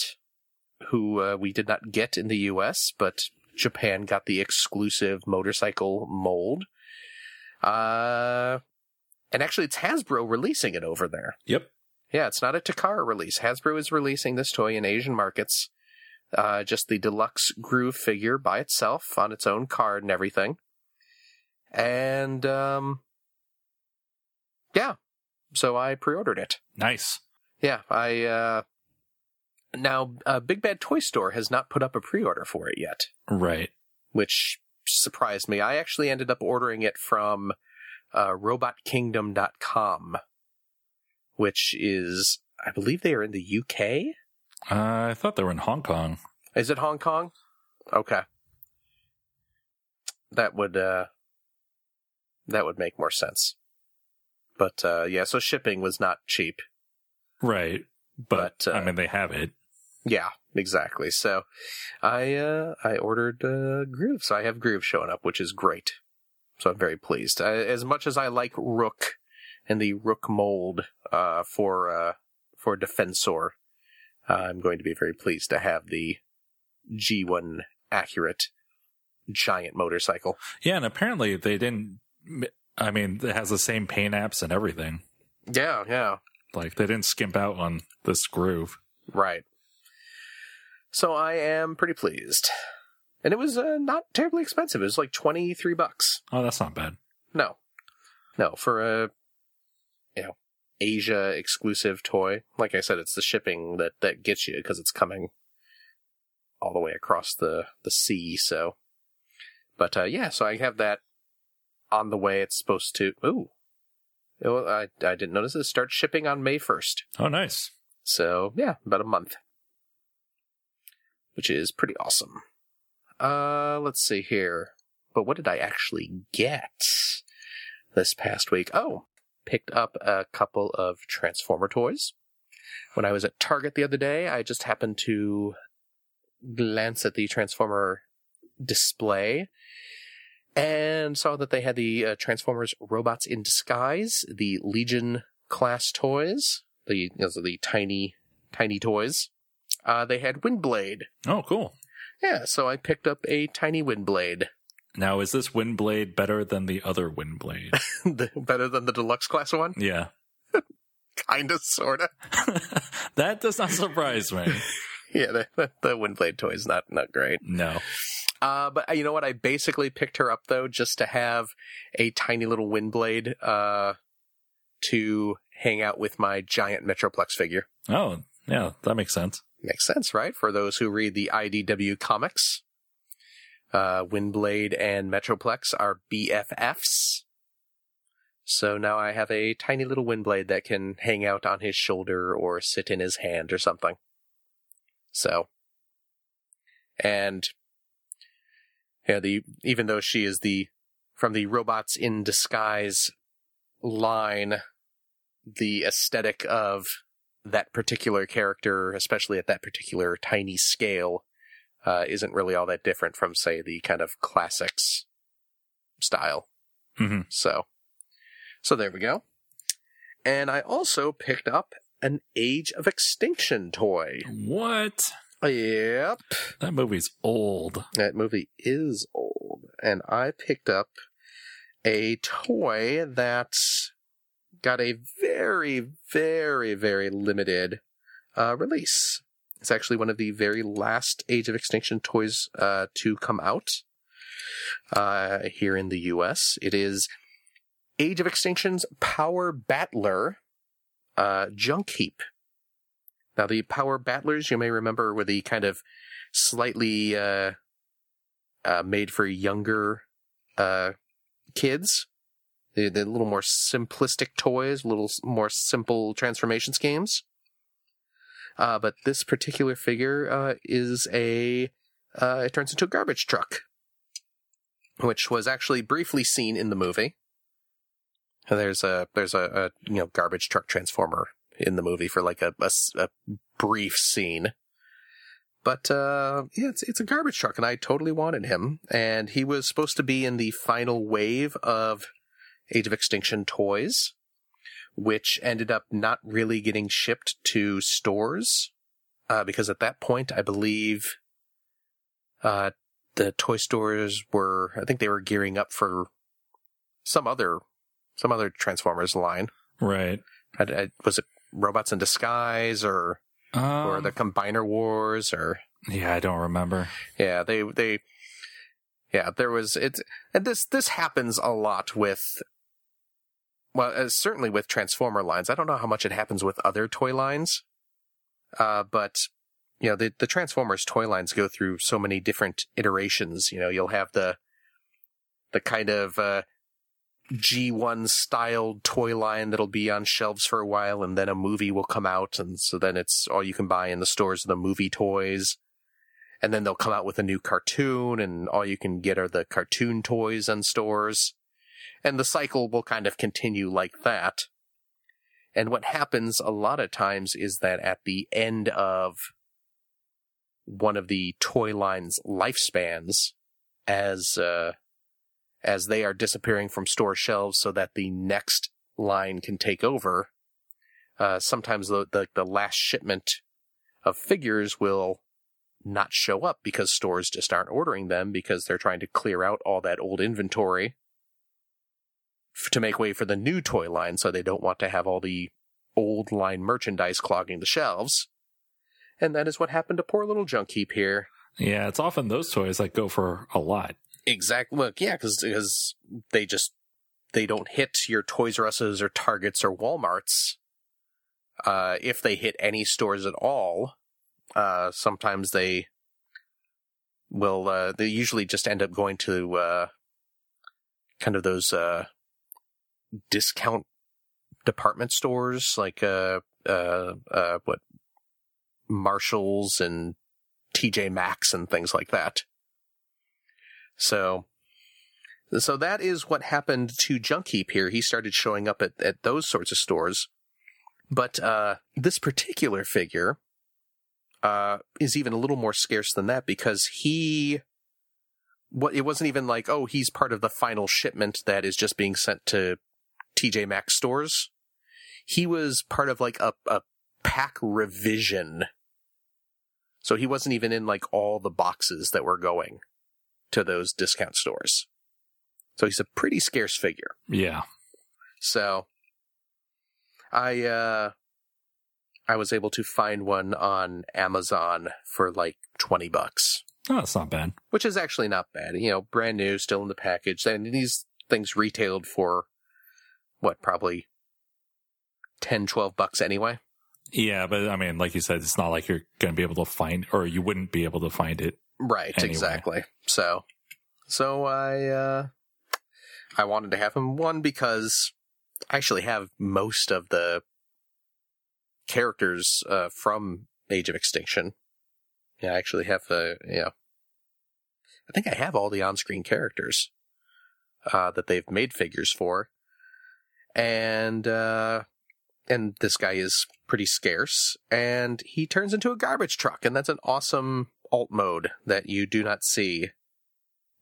who uh, we did not get in the U.S., but Japan got the exclusive motorcycle mold. Uh, and actually, it's Hasbro releasing it over there.
Yep.
Yeah, it's not a Takara release. Hasbro is releasing this toy in Asian markets. Uh, just the deluxe groove figure by itself on its own card and everything. And, um, yeah. So I pre ordered it.
Nice.
Yeah, I, uh, now, uh, Big Bad Toy Store has not put up a pre order for it yet,
Right.
which surprised me. I actually ended up ordering it from, uh, robotkingdom.com, which is, I believe they are in the UK.
Uh, I thought they were in Hong Kong.
Is it Hong Kong? Okay. That would uh that would make more sense. But uh yeah, so shipping was not cheap.
Right. But,
But, uh,
I mean, they have it.
Yeah, exactly. So I uh I ordered uh Groove, so I have Groove showing up, which is great. So I'm very pleased. I, as much as I like Rook and the Rook mold uh for uh for Defensor, uh, I'm going to be very pleased to have the G1 accurate giant motorcycle.
Yeah, and apparently they didn't. I mean, it has the same paint apps and everything.
Yeah, yeah.
Like they didn't skimp out on this groove.
Right. So I am pretty pleased. And it was uh, not terribly expensive. It was like 23 bucks.
Oh, that's not bad.
No, no, for a you know Asia exclusive toy. Like I said, it's the shipping that that gets you because it's coming all the way across the the sea. So, but uh, yeah, so I have that on the way. It's supposed to. Ooh, Oh, I I didn't notice it starts shipping on May first.
Oh, nice.
So yeah, about a month, which is pretty awesome. Uh, let's see here. But what did I actually get this past week? Oh, picked up a couple of Transformer toys. When I was at Target the other day, I just happened to glance at the Transformer display and saw that they had the uh, Transformers Robots in Disguise, the Legion class toys the those are the tiny tiny toys. Uh, they had Windblade.
Oh, cool.
Yeah, so I picked up a tiny Windblade,
Now, is this wind blade better than the other wind
(laughs)
blade?
(laughs) The- better than the deluxe class one. (laughs)
yeah. (laughs)
Kinda, sorta.
that does not surprise me.
Yeah, the, the, the Windblade toy is not not great.
No.
Uh, but uh, you know what? I basically picked her up though just to have a tiny little Windblade uh, to hang out with my giant Metroplex figure.
Oh, yeah, that makes sense.
Makes sense, right? For those who read the IDW comics, uh, Windblade and Metroplex are BFFs. So now I have a tiny little Windblade that can hang out on his shoulder or sit in his hand or something. So, and yeah, the even though she is the from the robots in disguise line, the aesthetic of that particular character, especially at that particular tiny scale, uh, isn't really all that different from, say, the kind of classics style.
Mhm.
So, so there we go. And I also picked up an Age of Extinction toy.
What?
Yep.
That movie's old.
That movie is old. And I picked up a toy that got a very, very, very limited uh, release. It's actually one of the very last Age of Extinction toys uh, to come out uh, here in the US. It is Age of Extinction's Power Battler uh, Junk Heap. Now, the Power Battlers, you may remember, were the kind of slightly uh, uh, made for younger uh, kids. They're, they're a little more simplistic toys, a little s- more simple transformation schemes. Uh, but this particular figure uh, is a. Uh, it turns into a garbage truck, which was actually briefly seen in the movie. And There's a there's a, a you know garbage truck transformer in the movie for like a, a s- a brief scene. But uh, yeah, it's it's a garbage truck, and I totally wanted him. And he was supposed to be in the final wave of Age of Extinction toys, which ended up not really getting shipped to stores uh, because at that point, I believe uh, the toy stores were I think they were gearing up for some other some other Transformers line.
Right.
I, I, was it Robots in Disguise or
Um,
or the Combiner Wars or
yeah, I don't remember.
yeah, they they yeah, there was it and this this happens a lot with well, uh, certainly with Transformer lines. I don't know how much it happens with other toy lines. Uh but you know, the the Transformers toy lines go through so many different iterations, you know, you'll have the the kind of uh G1 styled toy line that'll be on shelves for a while and then a movie will come out and so then it's all you can buy in the stores are the movie toys and then they'll come out with a new cartoon and all you can get are the cartoon toys on stores and the cycle will kind of continue like that and what happens a lot of times is that at the end of one of the toy lines lifespans as uh as they are disappearing from store shelves so that the next line can take over uh sometimes the the, the last shipment of figures will not show up because stores just aren't ordering them because they're trying to clear out all that old inventory f- to make way for the new toy line so they don't want to have all the old line merchandise clogging the shelves. And that is what happened to poor little junk heap here.
Yeah, it's often those toys that go for a lot.
Exact look, yeah, because they just they don't hit your Toys R Us's or Targets or WalMarts. Uh, if they hit any stores at all, uh, sometimes they will. Uh, they usually just end up going to uh, kind of those uh, discount department stores, like uh, uh, uh, what Marshalls and TJ Maxx and things like that. So, so that is what happened to Junk Heap here. He started showing up at, at those sorts of stores. But uh, this particular figure uh, is even a little more scarce than that because he, what it wasn't even like, oh, he's part of the final shipment that is just being sent to TJ Maxx stores. He was part of like a, a pack revision. So he wasn't even in like all the boxes that were going to those discount stores. So he's a pretty scarce figure.
Yeah.
So I uh I was able to find one on Amazon for like 20 bucks,
Oh, that's not bad.
which is actually not bad. You know, brand new, still in the package. And these things retailed for what, probably 10 12 bucks anyway.
Yeah, but I mean, like you said, it's not like you're going to be able to find, or you wouldn't be able to find it.
Right,
anyway.
exactly. So, so I, uh, I wanted to have him one because I actually have most of the characters, uh, from Age of Extinction. Yeah, I actually have the, yeah. I think I have all the on-screen characters, uh, that they've made figures for. And, uh, and this guy is pretty scarce and he turns into a garbage truck and that's an awesome alt mode that you do not see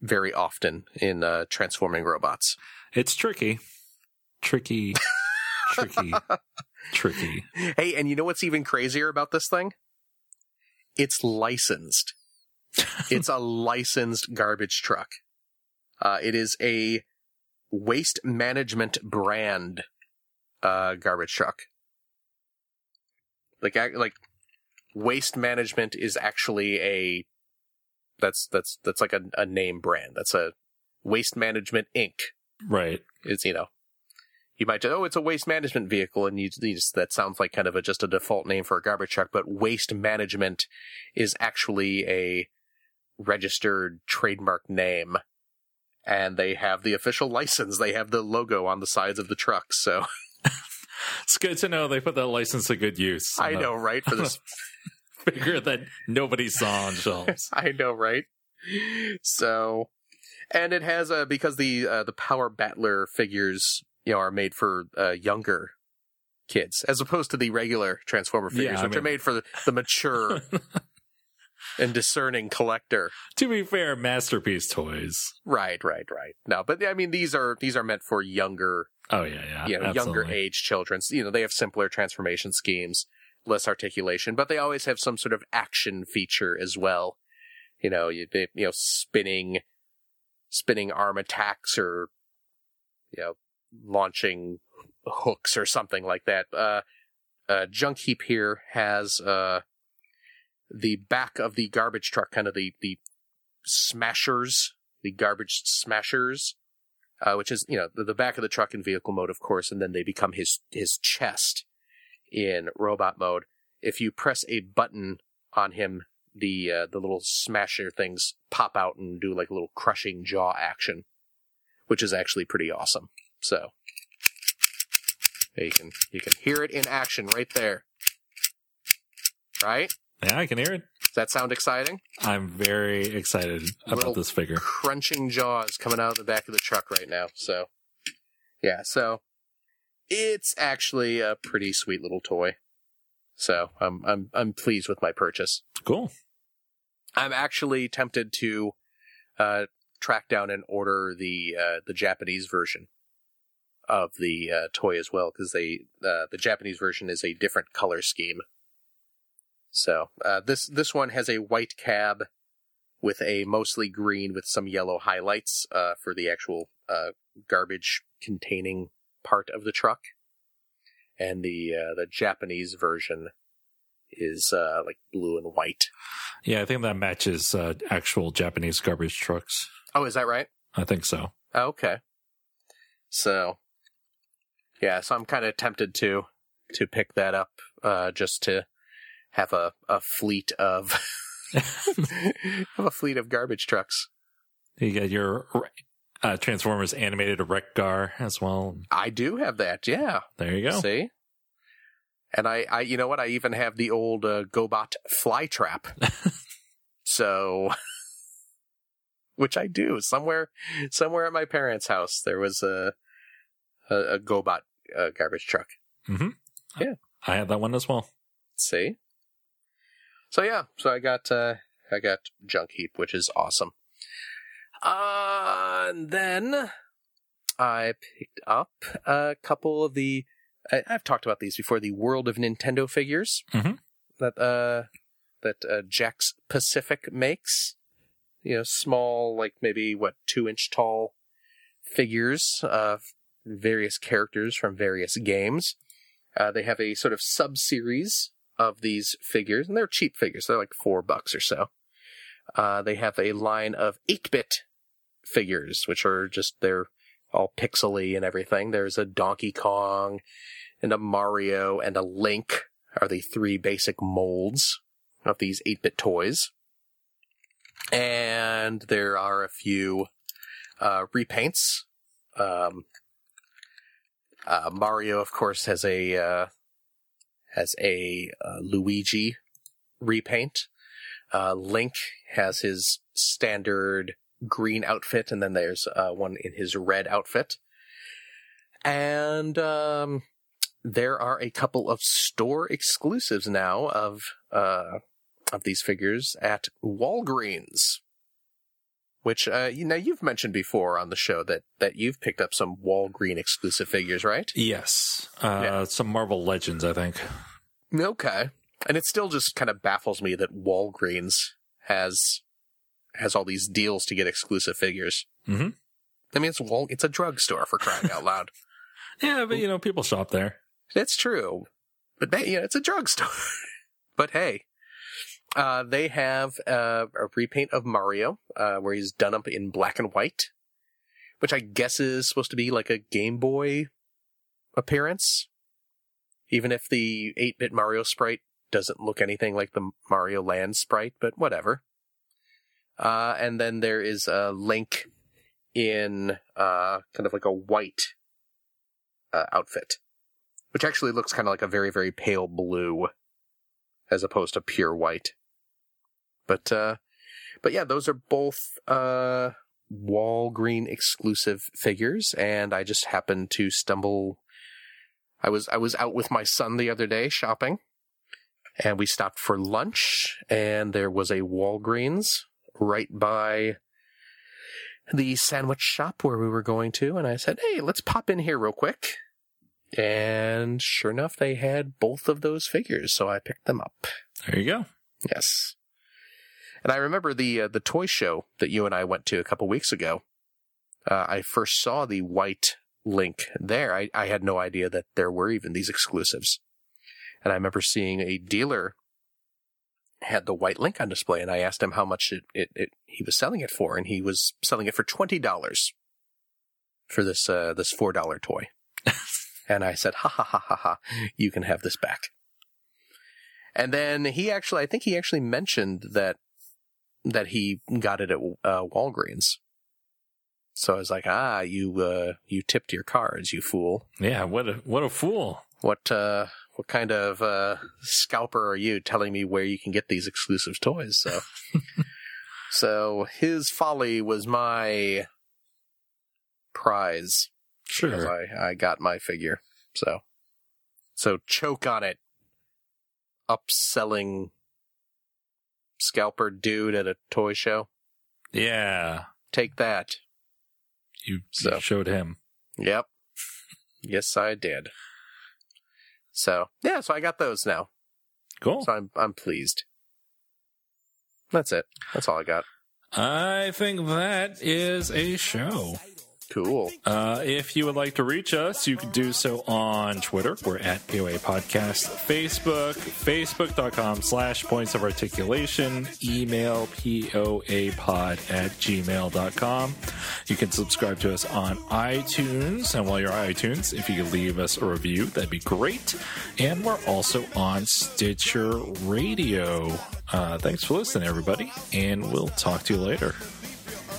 very often in uh, transforming robots (laughs)
It's tricky. Tricky. tricky. tricky.
Hey, and you know what's even crazier about this thing? It's licensed. it's a licensed garbage truck. Uh, it is a waste management brand uh, garbage truck. Like, ac- like waste management is actually a that's that's that's like a, a name brand. That's a waste management Inc.
Right.
It's you know, you might just, oh, it's a waste management vehicle, and you, you just, that sounds like kind of a, just a default name for a garbage truck. But waste management is actually a registered trademark name, and they have the official license. They have the logo on the sides of the trucks. So (laughs)
It's good to know they put that license to good use.
I know, right? For this,
(laughs) Figure that nobody saw on
(laughs)
shelves.
I know, right? So, and it has a because the uh, the Power Battler figures you know are made for uh, younger kids as opposed to the regular Transformer figures,
Yeah, I
which are
mean-
made for the,
(laughs)
the mature and discerning collector.
to be fair, masterpiece toys.
Right, right, right. No, but I mean these are these are meant for younger
Oh yeah, yeah,
you know, younger
absolutely.
age children. You know, they have simpler transformation schemes, less articulation, but they always have some sort of action feature as well. You know, you, they, you know, spinning, spinning arm attacks or, you know, launching hooks or something like that. Uh, uh, Junk Heap here has, uh, the back of the garbage truck, kind of the, the smashers, the garbage smashers uh, which is you know the, the back of the truck in vehicle mode, of course, and then they become his his chest in robot mode. If you press a button on him, the uh, the little smasher things pop out and do like a little crushing jaw action, which is actually pretty awesome. So yeah, you can you can hear it in action right there. Right?
Yeah, I can hear it.
Does that sound exciting?
I'm very excited
Little-
about this figure.
crunching jaws coming out of the back of the truck right now. So, yeah, so it's actually a pretty sweet little toy. So I'm I'm I'm pleased with my purchase.
Cool.
I'm actually tempted to uh, track down and order the uh, the Japanese version of the uh, toy as well because they uh, the Japanese version is a different color scheme. So uh, this this one has a white cab with a mostly green with some yellow highlights uh, for the actual uh, garbage containing part of the truck, and the uh, the Japanese version is uh, like blue and white.
Yeah, I think that matches uh, actual Japanese garbage trucks.
Oh, is that right?
I think so. (laughs)
Oh, Okay. So, yeah, so I'm kind of tempted to to pick that up uh, just to have a, a fleet of (laughs) have a fleet of garbage trucks.
You got your uh, Transformers animated Rekgar as well.
I do have that, yeah.
There you go.
See, and I, I, you know what? I even have the old uh, Gobot flytrap. so, which I do somewhere, somewhere at my parents' house. There was a a, a Gobot uh, garbage truck.
I had that one as well.
See? So yeah, so I got uh I got Junk Heap, which is awesome. Uh and then I picked up a couple of the I, I've talked about these before, the World of Nintendo figures
Mhm.
that uh that uh Jax Pacific makes. You know, small, like maybe what, two inch tall figures of various characters from various games. Uh, they have a sort of sub series of these figures, and they're cheap figures. They're like four bucks or so. Uh, they have a line of 8 bit figures, which are just, they're all pixely and everything. There's a Donkey Kong and a Mario and a Link are the three basic molds of these 8 bit toys. And there are a few uh, repaints. Um, uh, Mario, of course, has a uh, has a uh, Luigi repaint. Uh, Link has his standard green outfit, and then there's uh, one in his red outfit. And um, there are a couple of store exclusives now of uh, of these figures at Walgreens, Which uh, you know you've mentioned before on the show that that you've picked up some Walgreen exclusive figures, right?
Yes. Uh,
Yeah.
Some Marvel Legends, I think.
Okay. And it still just kind of baffles me that Walgreens has has all these deals to get exclusive figures.
Mhm.
I mean, it's Wal it's a drugstore for crying out loud.
Yeah, but you know, people shop there.
It's true. But that, yeah, it's a drugstore. (laughs) but hey, uh, they have uh, a repaint of Mario uh, where he's done up in black and white, which I guess is supposed to be like a Game Boy appearance. Even if the 8 bit Mario sprite doesn't look anything like the Mario Land sprite, but whatever. Uh, and then there is a Link in uh, kind of like a white uh, outfit which actually looks kind of like a very very pale blue as opposed to pure white but uh but yeah those are both uh Walgreen exclusive figures and I just happened to stumble I was I was out with my son the other day shopping and we stopped for lunch and there was a Walgreens right by the sandwich shop where we were going to and I said, "Hey, let's pop in here real quick." And sure enough, they had both of those figures, so I picked them up.
There you go.
Yes. And I remember the uh, the toy show that you and I went to a couple weeks ago. Uh, I first saw the white link there. I, I had no idea that there were even these exclusives. And I remember seeing a dealer had the white link on display, and I asked him how much it, it, it he was selling it for, and he was selling it for twenty dollars for this uh, this four dollar toy. and I said, ha ha ha ha ha, you can have this back. And then he actually, I think he actually mentioned that that he got it at uh, Walgreens. So I was like, ah, you uh, you tipped your cards, you fool.
Yeah, what a what a fool.
What uh, what kind of uh, scalper are you telling me where you can get these exclusive toys? So, so his folly was my prize because
Sure.
I, I got my figure. So, so choke on it. Upselling scalper dude at a toy show.
Yeah.
Take that.
You,
So.
you showed him.
Yep. Yes, I did. So yeah, so I got those now.
Cool.
So I'm I'm pleased. That's it. That's all I got.
I think that is a show.
Cool.
Uh, if you would like to reach us, you can do so on Twitter. We're at POA Podcast, Facebook, facebook.com slash points of articulation, email POApod at gmail.com. You can subscribe to us on iTunes. And while you're on iTunes, if you could leave us a review, that'd be great. And we're also on Stitcher Radio. Uh, thanks for listening, everybody. And we'll talk to you later.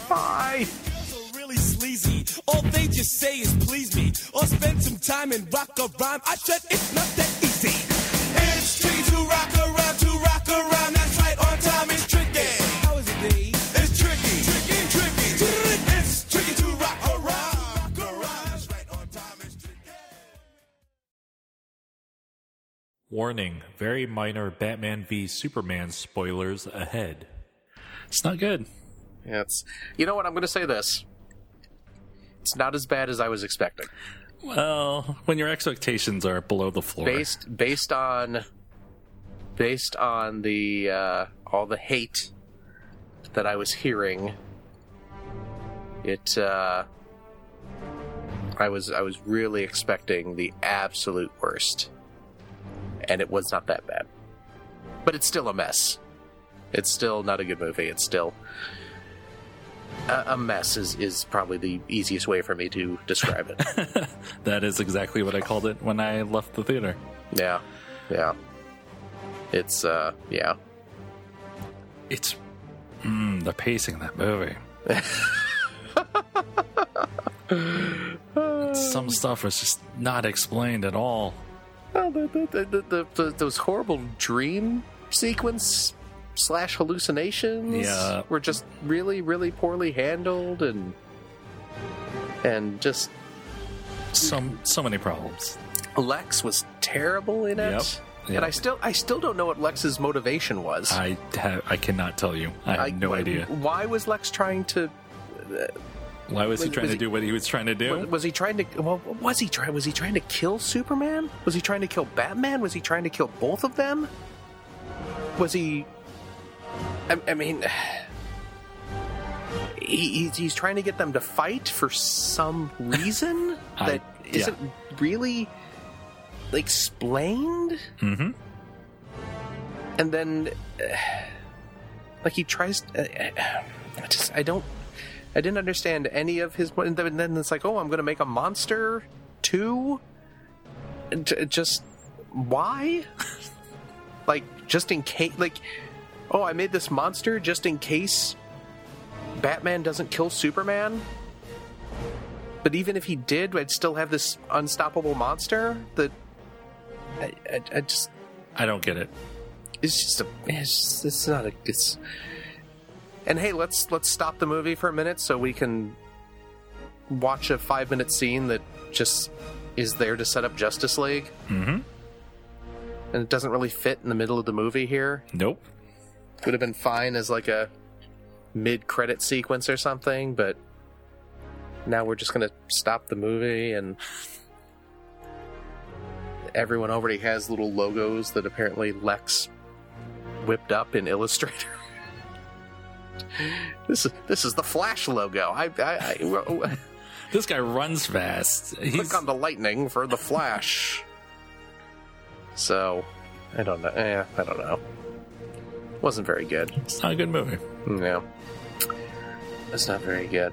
Bye.
are really sleazy. All they just say is please me or spend some time and rock a rhyme. I said it's not that easy. It's tricky to rock around, to rock around. That's right, on time is tricky. How is it, Dave? It's tricky, tricky, tricky. It's tricky to rock around. Rock around. That's right, on time is tricky.
Warning very minor Batman v Superman spoilers ahead. It's not good.
Yeah, it's, you know what? I'm going to say this. It's not as bad as I was expecting.
Well, when your expectations are below the floor.
based based on based on the uh, all the hate that I was hearing, it uh, I was I was really expecting the absolute worst, and it was not that bad. But it's still a mess. It's still not a good movie. It's still a, a mess. Is is probably the easiest way for me to describe it.
(laughs) that is exactly what I called it when I left the theater.
Yeah. Yeah. It's uh yeah.
It's mm, the pacing of that
(laughs)
movie. Some stuff was just not explained at all.
Oh, the, the, the, the, the, those horrible dream sequence slash hallucinations
Yeah.
were just really, really poorly handled and and just
Some so many problems.
Lex was terrible in it.
Yep, yep.
And I still I still don't know what Lex's motivation was.
I have I cannot tell you. I have
I-
no idea.
Why was Lex trying to
Why was, he
Was-
trying
was
to
he-
do what he was trying to do?
Was, was he trying to? Well, what was he trying? Was he trying to kill Superman? Was he trying to kill Batman? Was he trying to kill both of them? Was he? I, I mean, (sighs) he, he's, he's trying to get them to fight
(laughs)
for some reason
I-
that
yeah.
not really explained.
Mhm.
And then, (sighs) eh, like, he tries. (sighs) eh, eh, I just, I don't. I didn't understand any of his. And then- then it's like, oh, I'm going to make a monster too. And j- Just
(laughs)
why? like, just in case. Like, oh, I made this monster just in case Batman doesn't kill Superman. But even if he did, I'd still have this unstoppable monster that. I, I, I just
I don't get it.
it's just a it's, just, it's not a it's and hey let's let's stop the movie for a minute so we can watch a five minute scene that just is there to set up justice league
Mhm.
and it doesn't really fit in the middle of the movie here
Nope.
would have been fine as like a mid credit sequence or something but now we're just gonna stop the movie and everyone already has little logos that apparently lex whipped up in (laughs) illustrator this is this is the flash logo i i, (laughs) I
This guy runs fast. He's
click on the lightning for the flash. so, I don't know. Eh, I don't know. Wasn't very good.
it's not a good movie.
No, that's not very good.